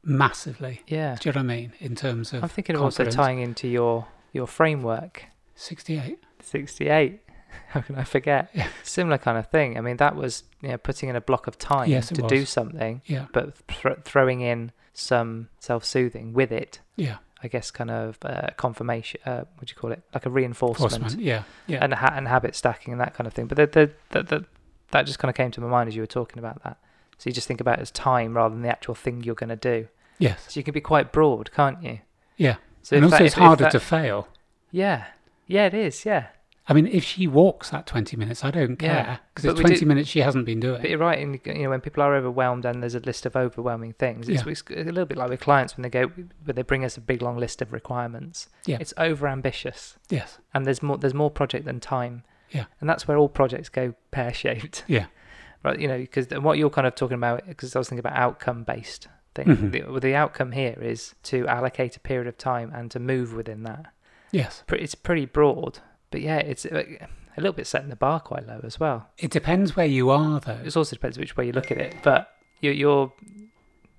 Speaker 2: massively.
Speaker 1: Yeah.
Speaker 2: Do you know what I mean? In terms of
Speaker 1: I'm thinking of also
Speaker 2: confidence.
Speaker 1: tying into your your framework.
Speaker 2: 68.
Speaker 1: 68. <laughs> How can I forget?
Speaker 2: Yeah.
Speaker 1: Similar kind of thing. I mean, that was you know, putting in a block of time
Speaker 2: Yes, it
Speaker 1: to do
Speaker 2: was.
Speaker 1: something,
Speaker 2: Yeah.
Speaker 1: but th- throwing in some self-soothing with it.
Speaker 2: Yeah.
Speaker 1: I guess kind of uh, confirmation. Uh, what do you call it? Like a reinforcement
Speaker 2: Horseman. Yeah. Yeah.
Speaker 1: and ha- and habit stacking and that kind of thing. But the, the, the, the, that just kind of came to my mind as you were talking about that. So you just think about it as time rather than the actual thing you're going to do.
Speaker 2: yes.
Speaker 1: So you can be quite broad, can't you?
Speaker 2: Yeah.
Speaker 1: So
Speaker 2: and
Speaker 1: if
Speaker 2: also,
Speaker 1: that-
Speaker 2: it's
Speaker 1: if- if
Speaker 2: harder
Speaker 1: that-
Speaker 2: to fail.
Speaker 1: Yeah, yeah, it is. Yeah.
Speaker 2: I mean, if she walks that 20 minutes, I don't
Speaker 1: Yeah.
Speaker 2: care because
Speaker 1: But
Speaker 2: it's
Speaker 1: we
Speaker 2: 20
Speaker 1: do-
Speaker 2: minutes she hasn't been doing.
Speaker 1: But you're right, and you know when people are overwhelmed and there's a list of overwhelming things, it's,
Speaker 2: Yeah.
Speaker 1: it's a little bit like with clients when they go when they bring us a big long list of requirements.
Speaker 2: Yeah.
Speaker 1: it's over ambitious,
Speaker 2: yes.
Speaker 1: and there's more there's more project than time.
Speaker 2: Yeah.
Speaker 1: and that's where all projects go pear shaped.
Speaker 2: Yeah.
Speaker 1: <laughs> right. You know, because what you're kind of talking about, because I was thinking about outcome based thing.
Speaker 2: Mhm.
Speaker 1: The, well, the outcome here is to allocate a period of time and to move within that.
Speaker 2: Yes.
Speaker 1: Pre- It's pretty broad, but yeah, it's uh, a little bit setting the bar quite low as well
Speaker 2: It depends where you are, though.
Speaker 1: it also depends which way you look at it, but you're, you're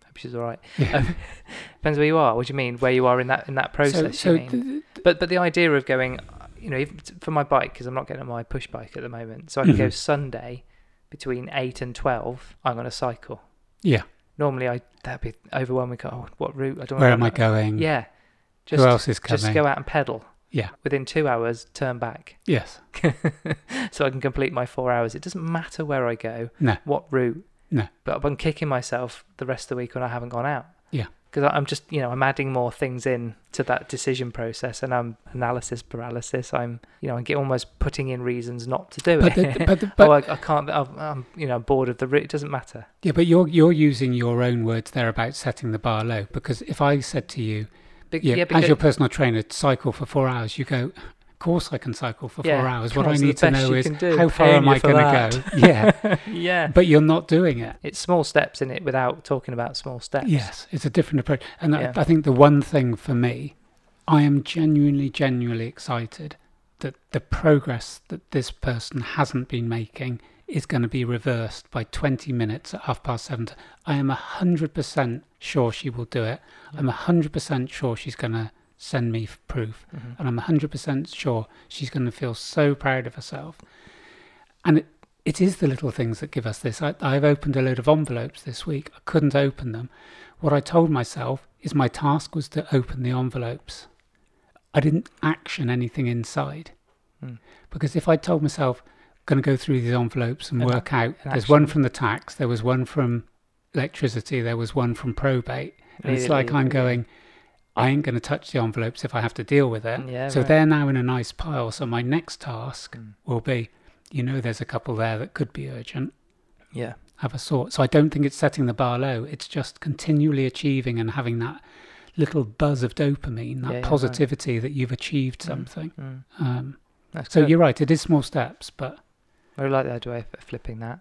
Speaker 1: hope she's all right. Um, depends where you are. What do you mean? Where you are in that in that
Speaker 2: so,
Speaker 1: process?
Speaker 2: so
Speaker 1: you mean?
Speaker 2: th-
Speaker 1: but but the idea of going, uh, you know, if, for my bike because I'm not getting on my push bike at the moment, so I can go
Speaker 2: Mhm.
Speaker 1: Sunday between eight and twelve. I'm going to cycle.
Speaker 2: yeah.
Speaker 1: Normally, I that'd be overwhelming. Oh, what route? I don't.
Speaker 2: Where
Speaker 1: know.
Speaker 2: am I going?
Speaker 1: Yeah,
Speaker 2: Who else is coming?
Speaker 1: just go out and pedal.
Speaker 2: Yeah.
Speaker 1: Within two hours, turn back.
Speaker 2: Yes.
Speaker 1: so I can complete my four hours. It doesn't matter where I go,
Speaker 2: No.
Speaker 1: what route,
Speaker 2: No.
Speaker 1: But I'm kicking myself the rest of the week when I haven't gone out.
Speaker 2: Yeah.
Speaker 1: because I'm just you know I'm adding more things in to that decision process, and I'm analysis paralysis. I'm you know I get almost putting in reasons not to do
Speaker 2: But,
Speaker 1: it. <laughs>
Speaker 2: the, but, the, but
Speaker 1: oh, I, I can't. I'm, I'm you know bored of the route. It doesn't matter.
Speaker 2: yeah, but you're you're using your own words there about setting the bar low because if I said to you,
Speaker 1: But,
Speaker 2: yeah,
Speaker 1: because,
Speaker 2: as your personal trainer, cycle for four hours. You go, of course I can cycle for
Speaker 1: Yeah,
Speaker 2: four hours. What
Speaker 1: God,
Speaker 2: I
Speaker 1: it's the
Speaker 2: need to
Speaker 1: best
Speaker 2: know
Speaker 1: you
Speaker 2: is
Speaker 1: can do.
Speaker 2: how far
Speaker 1: Paying
Speaker 2: am
Speaker 1: you
Speaker 2: I
Speaker 1: for
Speaker 2: going to go? <laughs> Yeah,
Speaker 1: yeah,
Speaker 2: but you're not
Speaker 1: <laughs>
Speaker 2: doing it.
Speaker 1: it's small steps in it without talking about small steps.
Speaker 2: Yes, it's a different approach. And I-
Speaker 1: Yeah.
Speaker 2: I think the one thing for me, I am genuinely, genuinely excited that the progress that this person hasn't been making is going to be reversed by 20 minutes at half past seven. I am 100% sure she will do it. I'm 100% sure she's going to send me f- proof.
Speaker 1: Mhm.
Speaker 2: and I'm 100% sure she's going to feel so proud of herself. And it, it is the little things that give us this. I, I've opened a load of envelopes this week. I couldn't open them. What I told myself is my task was to open the envelopes. I didn't action anything inside.
Speaker 1: Hmm.
Speaker 2: Because if I told myself, going to go through these envelopes and
Speaker 1: And-
Speaker 2: work out,
Speaker 1: and
Speaker 2: there's one
Speaker 1: action.
Speaker 2: from the tax, there was one from electricity, there was one from probate. And it's
Speaker 1: Immediately,
Speaker 2: like I'm
Speaker 1: yeah.
Speaker 2: going, I ain't going to touch the envelopes if I have to deal with it.
Speaker 1: Yeah,
Speaker 2: so
Speaker 1: right.
Speaker 2: they're now in a nice pile. So my next task
Speaker 1: Mm.
Speaker 2: will be, you know, there's a couple there that could be urgent.
Speaker 1: Yeah.
Speaker 2: Have a sort. So I don't think it's setting the bar low. It's just continually achieving and having that little buzz of dopamine,
Speaker 1: Yeah,
Speaker 2: that
Speaker 1: yeah, right.
Speaker 2: positivity that you've achieved
Speaker 1: Mm.
Speaker 2: something.
Speaker 1: Mm.
Speaker 2: Um,
Speaker 1: That's
Speaker 2: so
Speaker 1: good.
Speaker 2: you're right. It is small steps, but
Speaker 1: I really like that way of flipping that.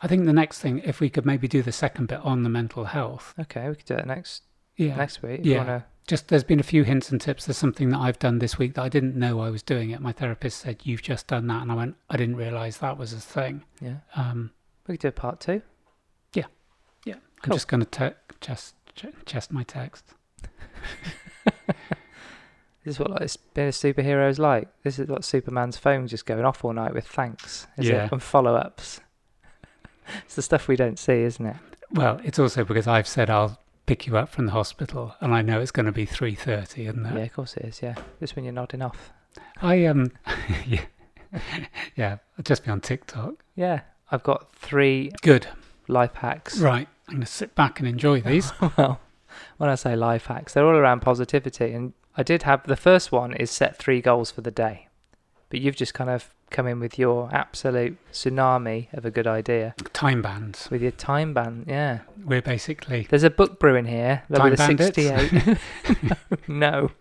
Speaker 2: I think the next thing, if we could maybe do the second bit on the mental health,
Speaker 1: Okay, we could do that next
Speaker 2: yeah,
Speaker 1: next week. If
Speaker 2: Yeah.
Speaker 1: You wanna,
Speaker 2: just there's been a few hints and tips. There's something that I've done this week that I didn't know I was doing it. My therapist said you've just done that, and I went, I didn't realise that was a thing.
Speaker 1: yeah.
Speaker 2: Um,
Speaker 1: We could do a part two.
Speaker 2: I'm
Speaker 1: Cool.
Speaker 2: just going to te- just ch- chest my text.
Speaker 1: This is what like being a superhero is like. This is what Superman's phone just going off all night with thanks, is
Speaker 2: Yeah.
Speaker 1: it? And follow ups. <laughs> it's the stuff we don't see, isn't it?
Speaker 2: Well, it's also because I've said I'll pick you up from the hospital, and I know it's going to be three thirty, isn't it?
Speaker 1: Yeah, of course it is. Yeah, just when you're nodding off.
Speaker 2: I um, <laughs> yeah, yeah, I'll just be on TikTok.
Speaker 1: Yeah, I've got three
Speaker 2: Good,
Speaker 1: life hacks.
Speaker 2: right? I'm going to sit back and
Speaker 1: <sighs>
Speaker 2: enjoy these.
Speaker 1: <laughs> well, when I say life hacks, they're all around positivity. And I did have the first one is set three goals for the day, but you've just kind of come in with your absolute tsunami of a good idea
Speaker 2: Time bands.
Speaker 1: with your time band. Yeah,
Speaker 2: We're basically
Speaker 1: there's a book brewing here. Level the
Speaker 2: Time Bandits? <laughs>
Speaker 1: 68. <laughs> no,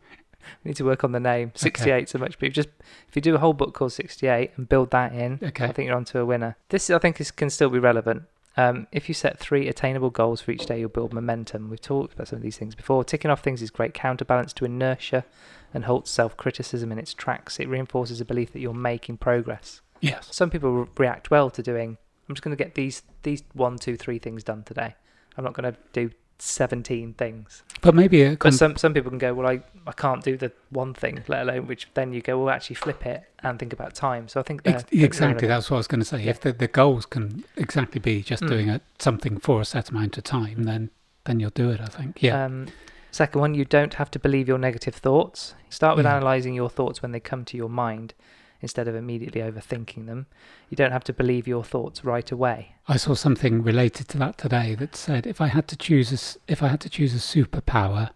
Speaker 1: we need to work on the name. 68 so much, but if just if you do a whole book called 68 and build that in,
Speaker 2: Okay.
Speaker 1: I think you're onto a winner. This I think is, can still be relevant. Um, if you set three attainable goals for each day, you'll build momentum. We've talked about some of these things before. Ticking off things is great counterbalance to inertia and halts self criticism in its tracks. It reinforces a belief that you're making progress.
Speaker 2: yes.
Speaker 1: Some people re- react well to doing, I'm just going to get these, these one, two, three things done today. I'm not going to do 17 things.
Speaker 2: But maybe it
Speaker 1: But
Speaker 2: comes.
Speaker 1: some, some people can go, Well, I, I can't do the one thing, let alone which then you go, Well, actually flip it and think about time. So I think they're-
Speaker 2: ex-
Speaker 1: they're
Speaker 2: exactly.
Speaker 1: relevant.
Speaker 2: That's what I was going to say.
Speaker 1: Yeah.
Speaker 2: If the, the goals can exactly be just
Speaker 1: Mm.
Speaker 2: doing a, something for a set amount of time, then then you'll do it. I think. Yeah.
Speaker 1: Um, second one, you don't have to believe your negative thoughts. Start with
Speaker 2: Yeah.
Speaker 1: analyzing your thoughts when they come to your mind instead of immediately overthinking them. You don't have to believe your thoughts right away.
Speaker 2: I saw something related to that today that said if I had to choose a, s- if I had to choose a superpower,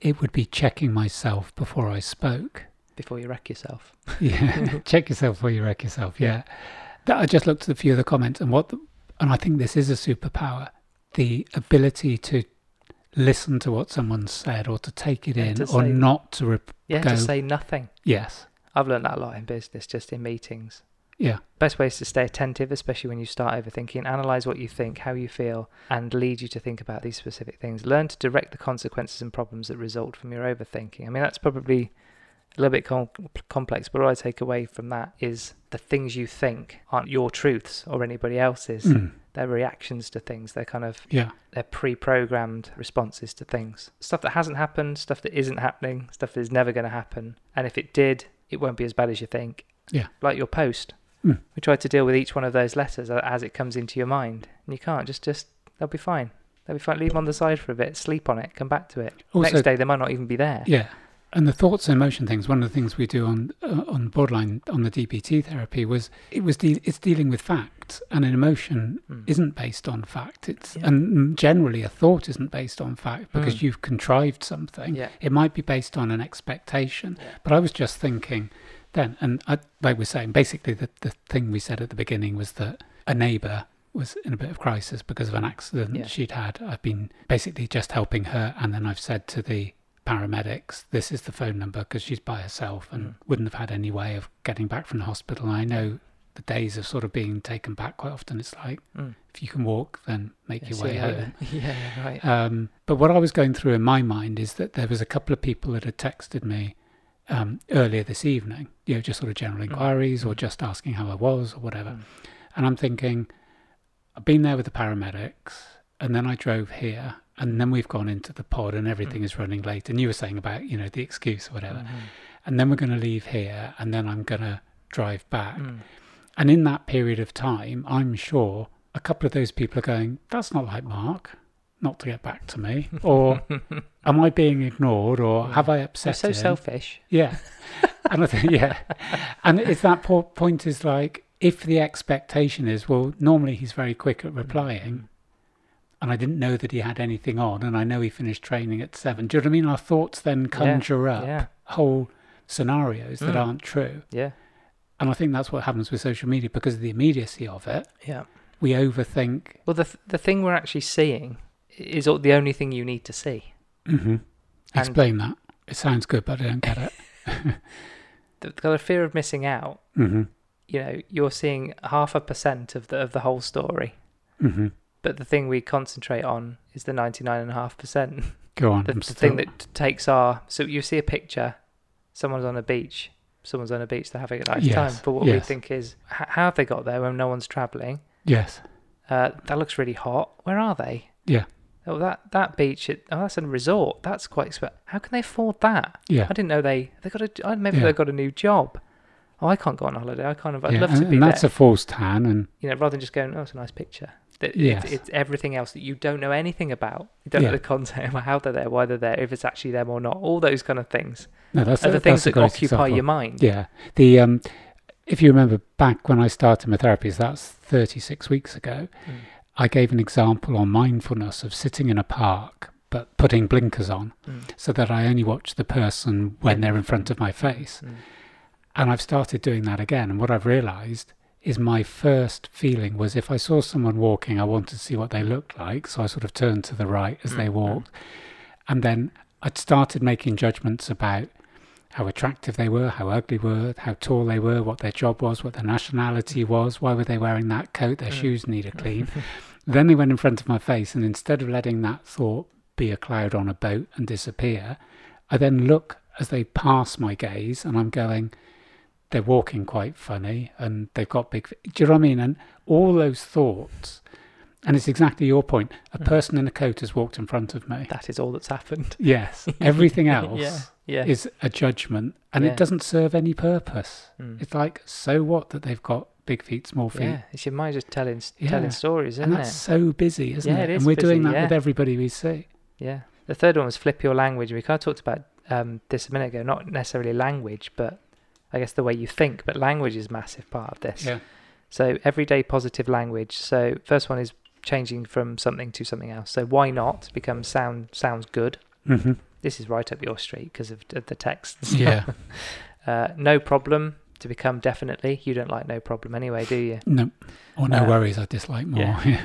Speaker 2: it would be checking myself before I spoke. <laughs>
Speaker 1: Before you wreck yourself. <laughs>
Speaker 2: Yeah. Check yourself before you wreck yourself. Yeah. That, I just looked at a few of the comments and what, the, and I think this is a superpower, the ability to listen to what someone's said or to take it
Speaker 1: Yeah,
Speaker 2: in
Speaker 1: to
Speaker 2: or
Speaker 1: say-
Speaker 2: not to rep-
Speaker 1: Yeah,
Speaker 2: Go.
Speaker 1: just say nothing.
Speaker 2: Yes.
Speaker 1: I've learned that a lot in business, just in meetings.
Speaker 2: Yeah.
Speaker 1: Best way is to stay attentive, especially when you start overthinking. Analyze what you think, how you feel, and lead you to think about these specific things. Learn to direct the consequences and problems that result from your overthinking. I mean, that's probably a little bit com- complex, but what I take away from that is the things you think aren't your truths or anybody else's.
Speaker 2: Mm.
Speaker 1: They're reactions to things. They're kind of
Speaker 2: Yeah.
Speaker 1: they're pre-programmed responses to things. Stuff that hasn't happened, stuff that isn't happening, stuff that is never going to happen. And if it did, it won't be as bad as you think.
Speaker 2: Yeah.
Speaker 1: Like your post.
Speaker 2: Mm.
Speaker 1: We tried to deal with each one of those letters a- as it comes into your mind, and you can't. Just, just they'll be fine. They'll be fine. Leave them on the side for a bit. Sleep on it. Come back to it.
Speaker 2: Also,
Speaker 1: Next day they might not even be there.
Speaker 2: yeah. And the thoughts and emotion things. One of the things we do on uh, on borderline on the DBT therapy was it was de- it's dealing with facts, and an emotion
Speaker 1: Mm.
Speaker 2: isn't based on fact. It's
Speaker 1: Yeah.
Speaker 2: and generally a thought isn't based on fact because
Speaker 1: Mm.
Speaker 2: you've contrived something.
Speaker 1: Yeah.
Speaker 2: It might be based on an expectation,
Speaker 1: Yeah.
Speaker 2: but I was just thinking then, and I, like we're saying, basically the, the thing we said at the beginning was that a neighbour was in a bit of crisis because of an accident
Speaker 1: Yeah.
Speaker 2: she'd had. I've been basically just helping her, and then I've said to the paramedics, "This is the phone number because she's by herself and
Speaker 1: Mm.
Speaker 2: wouldn't have had any way of getting back from the hospital." And I know the days of sort of being taken back quite often. It's like
Speaker 1: Mm.
Speaker 2: if you can walk, then make
Speaker 1: Yeah,
Speaker 2: your
Speaker 1: see
Speaker 2: way
Speaker 1: you
Speaker 2: home.
Speaker 1: later. uh, <laughs> Yeah. Right.
Speaker 2: Um, but what I was going through in my mind is that there was a couple of people that had texted me um, earlier this evening, you know, just sort of general inquiries or just asking how I was or whatever.
Speaker 1: Mm.
Speaker 2: And I'm thinking, I've been there with the paramedics, and then I drove here, and then we've gone into the pod, and everything
Speaker 1: Mm.
Speaker 2: is running late. And you were saying about, you know, the excuse or whatever.
Speaker 1: Mhm.
Speaker 2: And then we're going to leave here, and then I'm going to drive back.
Speaker 1: Mm.
Speaker 2: And in that period of time, I'm sure a couple of those people are going, that's not like Mark. not to get back to
Speaker 1: <laughs>
Speaker 2: me? Or am I being ignored or have I
Speaker 1: They're
Speaker 2: upset
Speaker 1: so
Speaker 2: him?
Speaker 1: selfish.
Speaker 2: Yeah. and I think, yeah. And it's that po- point is like, if the expectation is, well, normally he's very quick at replying, and I didn't know that he had anything on, and I know he finished training at seven. Do you know what I mean? Our thoughts then conjure up
Speaker 1: Yeah.
Speaker 2: whole scenarios that
Speaker 1: Mm.
Speaker 2: aren't true.
Speaker 1: Yeah.
Speaker 2: And I think that's what happens with social media because of the immediacy of it.
Speaker 1: Yeah.
Speaker 2: We overthink.
Speaker 1: Well, the th- the thing we're actually seeing is all- the only thing you need to see.
Speaker 2: Mm-hmm.
Speaker 1: And-
Speaker 2: Explain that. It sounds good, but I don't get
Speaker 1: <laughs>
Speaker 2: it.
Speaker 1: The, the fear of missing out.
Speaker 2: Mm-hmm.
Speaker 1: You know, you're seeing half a percent of the of the whole story,
Speaker 2: Mm-hmm.
Speaker 1: but the thing we concentrate on is the ninety nine and a half percent. <laughs>
Speaker 2: Go on.
Speaker 1: The,
Speaker 2: I'm
Speaker 1: the
Speaker 2: still-
Speaker 1: thing that t- takes our so you see a picture, someone's on a beach, someone's on a beach, they're having a nice
Speaker 2: Yes,
Speaker 1: time. But what we
Speaker 2: yes.
Speaker 1: think is, h- how have they got there when no one's traveling?
Speaker 2: Yes.
Speaker 1: Uh, that looks really hot. Where are they?
Speaker 2: Yeah.
Speaker 1: Oh, that that beach. It, oh, that's a resort. That's quite exp How can they afford that?
Speaker 2: Yeah.
Speaker 1: I didn't know they they got a. I- Maybe
Speaker 2: Yeah.
Speaker 1: they got a new job. Oh, I can't go on holiday. I kind of. I'd
Speaker 2: yeah.
Speaker 1: love
Speaker 2: and,
Speaker 1: to be
Speaker 2: and
Speaker 1: there.
Speaker 2: that's a false tan, and
Speaker 1: you know, rather than just going, oh, it's a nice picture. That
Speaker 2: Yes.
Speaker 1: it's, it's everything else that you don't know anything about. You don't
Speaker 2: Yeah.
Speaker 1: know the content, <laughs> or how they're there, why they're there, if it's actually them or not. All those kind of things
Speaker 2: no, that's
Speaker 1: are the
Speaker 2: that's
Speaker 1: things
Speaker 2: a
Speaker 1: that
Speaker 2: great
Speaker 1: occupy
Speaker 2: example.
Speaker 1: your mind.
Speaker 2: Yeah. The um, if you remember back when I started my therapies, that's 36 weeks ago.
Speaker 1: Mm.
Speaker 2: I gave an example on mindfulness of sitting in a park but putting blinkers on
Speaker 1: Mm.
Speaker 2: so that I only watch the person when they're in front of my face.
Speaker 1: Mm.
Speaker 2: And I've started doing that again. And what I've realized is my first feeling was if I saw someone walking, I wanted to see what they looked like. So I sort of turned to the right as they
Speaker 1: Mm, mm.
Speaker 2: walked. And then I'd started making judgments about how attractive they were, how ugly were, how tall they were, what their job was, what their nationality was, why were they wearing that coat, their
Speaker 1: Mm.
Speaker 2: shoes need a clean. then they went in front of my face and instead of letting that thought be a cloud on a boat and disappear, I then look as they pass my gaze and I'm going, they're walking quite funny and they've got big. Do you know what I mean? And all those thoughts, and it's exactly your point. A
Speaker 1: Mm.
Speaker 2: person in a coat has walked in front of me.
Speaker 1: <laughs> That is all that's happened.
Speaker 2: <laughs>
Speaker 1: <laughs>
Speaker 2: Yes. Everything else
Speaker 1: yeah. Yeah.
Speaker 2: is a judgment and
Speaker 1: Yeah.
Speaker 2: it doesn't serve any purpose.
Speaker 1: Mm.
Speaker 2: It's like, so what that they've got big feet, small feet?
Speaker 1: yeah. It's your mind just telling
Speaker 2: Yeah.
Speaker 1: telling stories,
Speaker 2: And
Speaker 1: isn't
Speaker 2: that's
Speaker 1: it?
Speaker 2: so busy, isn't
Speaker 1: Yeah,
Speaker 2: it?
Speaker 1: it
Speaker 2: and
Speaker 1: is
Speaker 2: we're doing
Speaker 1: busy,
Speaker 2: that with
Speaker 1: yeah.
Speaker 2: everybody we see.
Speaker 1: Yeah. The third one was flip your language. We kind of talked about um, this a minute ago. Not necessarily language, but I guess the way you think. But language is a massive part of this.
Speaker 2: Yeah.
Speaker 1: So everyday positive language. So first one is changing from something to something else. So why not become sound sounds good.
Speaker 2: <laughs> Mm-hmm.
Speaker 1: This is right up your street because of of the text. and
Speaker 2: <laughs> Yeah.
Speaker 1: stuff. uh, no problem to become definitely. You don't like no problem anyway, do you?
Speaker 2: No. Or Oh, no
Speaker 1: Uh,
Speaker 2: worries, I dislike more.
Speaker 1: yeah.
Speaker 2: Yeah.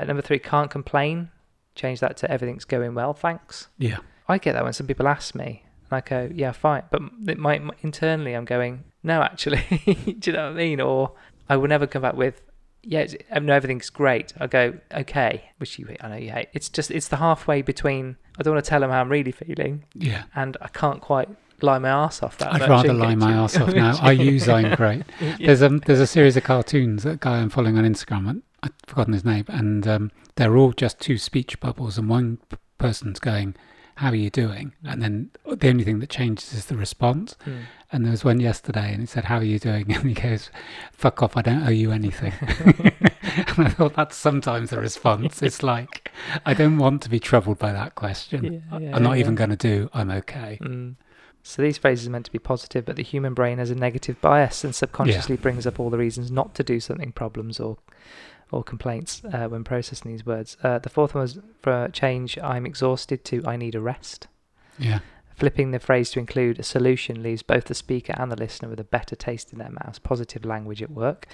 Speaker 1: Uh, number three, can't complain. Change that to everything's going well, thanks.
Speaker 2: <laughs> yeah.
Speaker 1: I get that when some people ask me, and I go, "Yeah, fine," but it might internally I'm going, "No, actually," <laughs> do you know what I mean? Or I will never come back with, "Yeah, it's, um, no, everything's great." I go, "Okay," which you, I know you hate. It's just it's the halfway between I don't want to tell them how I'm really feeling, and I can't quite lie my ass off that.
Speaker 2: I'd
Speaker 1: much
Speaker 2: rather
Speaker 1: and
Speaker 2: lie
Speaker 1: get
Speaker 2: my
Speaker 1: you- <laughs>
Speaker 2: ass off now. I use I'm great.
Speaker 1: Yeah.
Speaker 2: There's um there's a series of cartoons that guy I'm following on Instagram and I've forgotten his name and um they're all just two speech bubbles and one p- person's going, How are you doing? And then the only thing that changes is the response.
Speaker 1: Mm.
Speaker 2: And there was one yesterday and it said, How are you doing? <laughs> And he goes, Fuck off, I don't owe you
Speaker 1: <laughs>
Speaker 2: anything. and I thought that's sometimes the response. It's like, I don't want to be troubled by that question.
Speaker 1: Yeah, yeah,
Speaker 2: I'm not
Speaker 1: yeah.
Speaker 2: even going to do, I'm okay.
Speaker 1: Mm. So these phrases are meant to be positive, but the human brain has a negative bias and subconsciously brings up all the reasons not to do something, problems or or complaints uh, when processing these words. Uh, the fourth one was for a change I'm exhausted to I need a rest.
Speaker 2: Yeah.
Speaker 1: Flipping the phrase to include a solution leaves both the speaker and the listener with a better taste in their mouths, positive language at work.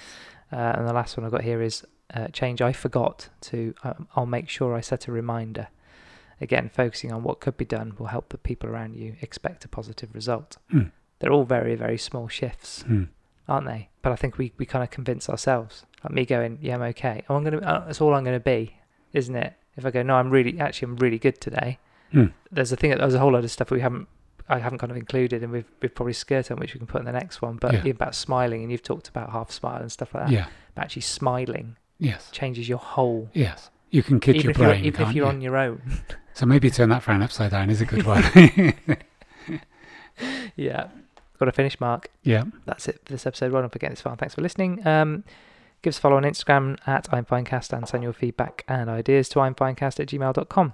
Speaker 1: Uh, and the last one I've got here is uh, change I forgot to um, I'll make sure I set a reminder. Again, focusing on what could be done will help the people around you expect a positive result.
Speaker 2: Hmm.
Speaker 1: They're all very, very small shifts,
Speaker 2: Hmm.
Speaker 1: aren't they? But I think we, we kind of convince ourselves, like me going, yeah, I'm okay. Oh, I'm gonna, uh, that's all I'm going to be, isn't it? If I go, no, I'm really, actually, I'm really good today.
Speaker 2: Hmm.
Speaker 1: There's a thing, there's a whole lot of stuff we haven't, I haven't kind of included and we've, we've probably skirted on which we can put in the next one. But
Speaker 2: Yeah.
Speaker 1: even about smiling, and you've talked about half smile and stuff like that.
Speaker 2: Yeah.
Speaker 1: But actually smiling
Speaker 2: Yes.
Speaker 1: changes your whole,
Speaker 2: Yes. You can kid
Speaker 1: even
Speaker 2: your
Speaker 1: if you're,
Speaker 2: brain,
Speaker 1: even
Speaker 2: can't
Speaker 1: if you're
Speaker 2: you?
Speaker 1: on your own.
Speaker 2: <laughs> So maybe turn that frown upside down is a good
Speaker 1: <laughs>
Speaker 2: one.
Speaker 1: yeah. Got to finish, Mark.
Speaker 2: yeah.
Speaker 1: that's it for this episode. Right up against far. Thanks for listening. Um, Give us a follow on Instagram at I'm Finecast and send your feedback and ideas to I'mFinecast at gmail.com.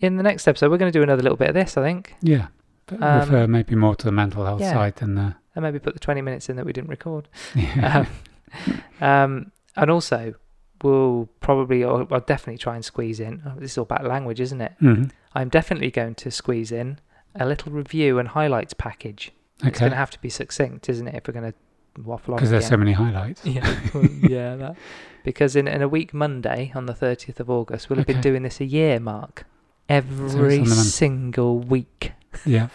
Speaker 1: In the next episode, we're going to do another little bit of this, I think,
Speaker 2: Yeah. But
Speaker 1: Um,
Speaker 2: refer maybe more to the mental health
Speaker 1: yeah.
Speaker 2: side than the. <laughs>
Speaker 1: and maybe put the 20 minutes in that we didn't record.
Speaker 2: Yeah.
Speaker 1: Um, um, and also, we'll probably, or I'll definitely try and squeeze in. oh, this is all about language, isn't it?
Speaker 2: Mhm.
Speaker 1: I'm definitely going to squeeze in a little review and highlights package. It's going
Speaker 2: Okay.
Speaker 1: to have to be succinct, isn't it? If we're going to waffle on.
Speaker 2: Because there's
Speaker 1: again.
Speaker 2: so many highlights.
Speaker 1: Yeah, well, <laughs> yeah, that. Because in, in a week Monday, on the 30th of August, we'll have been
Speaker 2: Okay.
Speaker 1: doing this a year, Mark.
Speaker 2: on the
Speaker 1: Every
Speaker 2: month.
Speaker 1: single week.
Speaker 2: Yeah.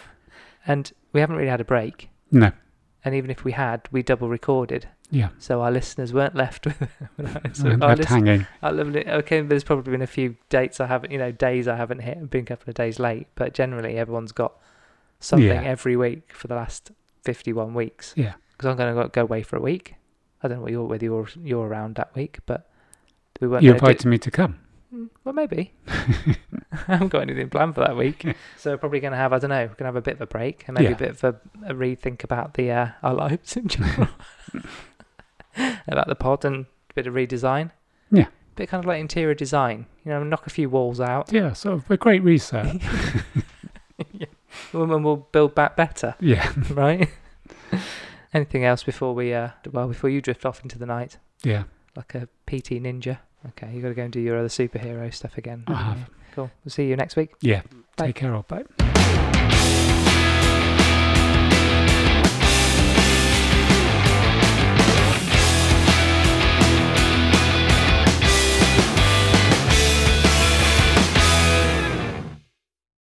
Speaker 1: And we haven't really had a break.
Speaker 2: No.
Speaker 1: And even if we had, we double recorded.
Speaker 2: Yeah.
Speaker 1: So our listeners weren't left <laughs> with. without- so
Speaker 2: I'm
Speaker 1: our
Speaker 2: left
Speaker 1: listen-
Speaker 2: hanging.
Speaker 1: our lovely- okay, there's probably been a few dates I haven't, you know, days I haven't hit, been a couple of days late. But generally, everyone's got something
Speaker 2: Yeah.
Speaker 1: every week for the last 51 weeks.
Speaker 2: Yeah.
Speaker 1: Because I'm going to go away for a week. I don't know what you're, whether you're you're around that week, but we weren't.
Speaker 2: You
Speaker 1: gonna do-
Speaker 2: invited me to come.
Speaker 1: Mm, Well,
Speaker 2: <laughs>
Speaker 1: maybe. I haven't got anything planned for that week, so we're probably going to have I don't know, going to have a bit of a break and maybe
Speaker 2: Yeah.
Speaker 1: a bit of a, a rethink about the uh, our lives in
Speaker 2: <laughs>
Speaker 1: general, <laughs> about the pod and a bit of redesign.
Speaker 2: Yeah.
Speaker 1: bit kind of like interior design. You know, knock a few walls out,
Speaker 2: Yeah. Sort of a great research.
Speaker 1: and then we'll build back better,
Speaker 2: yeah.
Speaker 1: <laughs> right? anything else before we uh well before you drift off into the night
Speaker 2: Yeah.
Speaker 1: like a PT ninja? Okay, you got to go and do your other superhero stuff again.
Speaker 2: I
Speaker 1: haven't
Speaker 2: have.
Speaker 1: you? Cool. We'll see you next week.
Speaker 2: Yeah.
Speaker 1: Bye.
Speaker 2: Take care. All. Bye.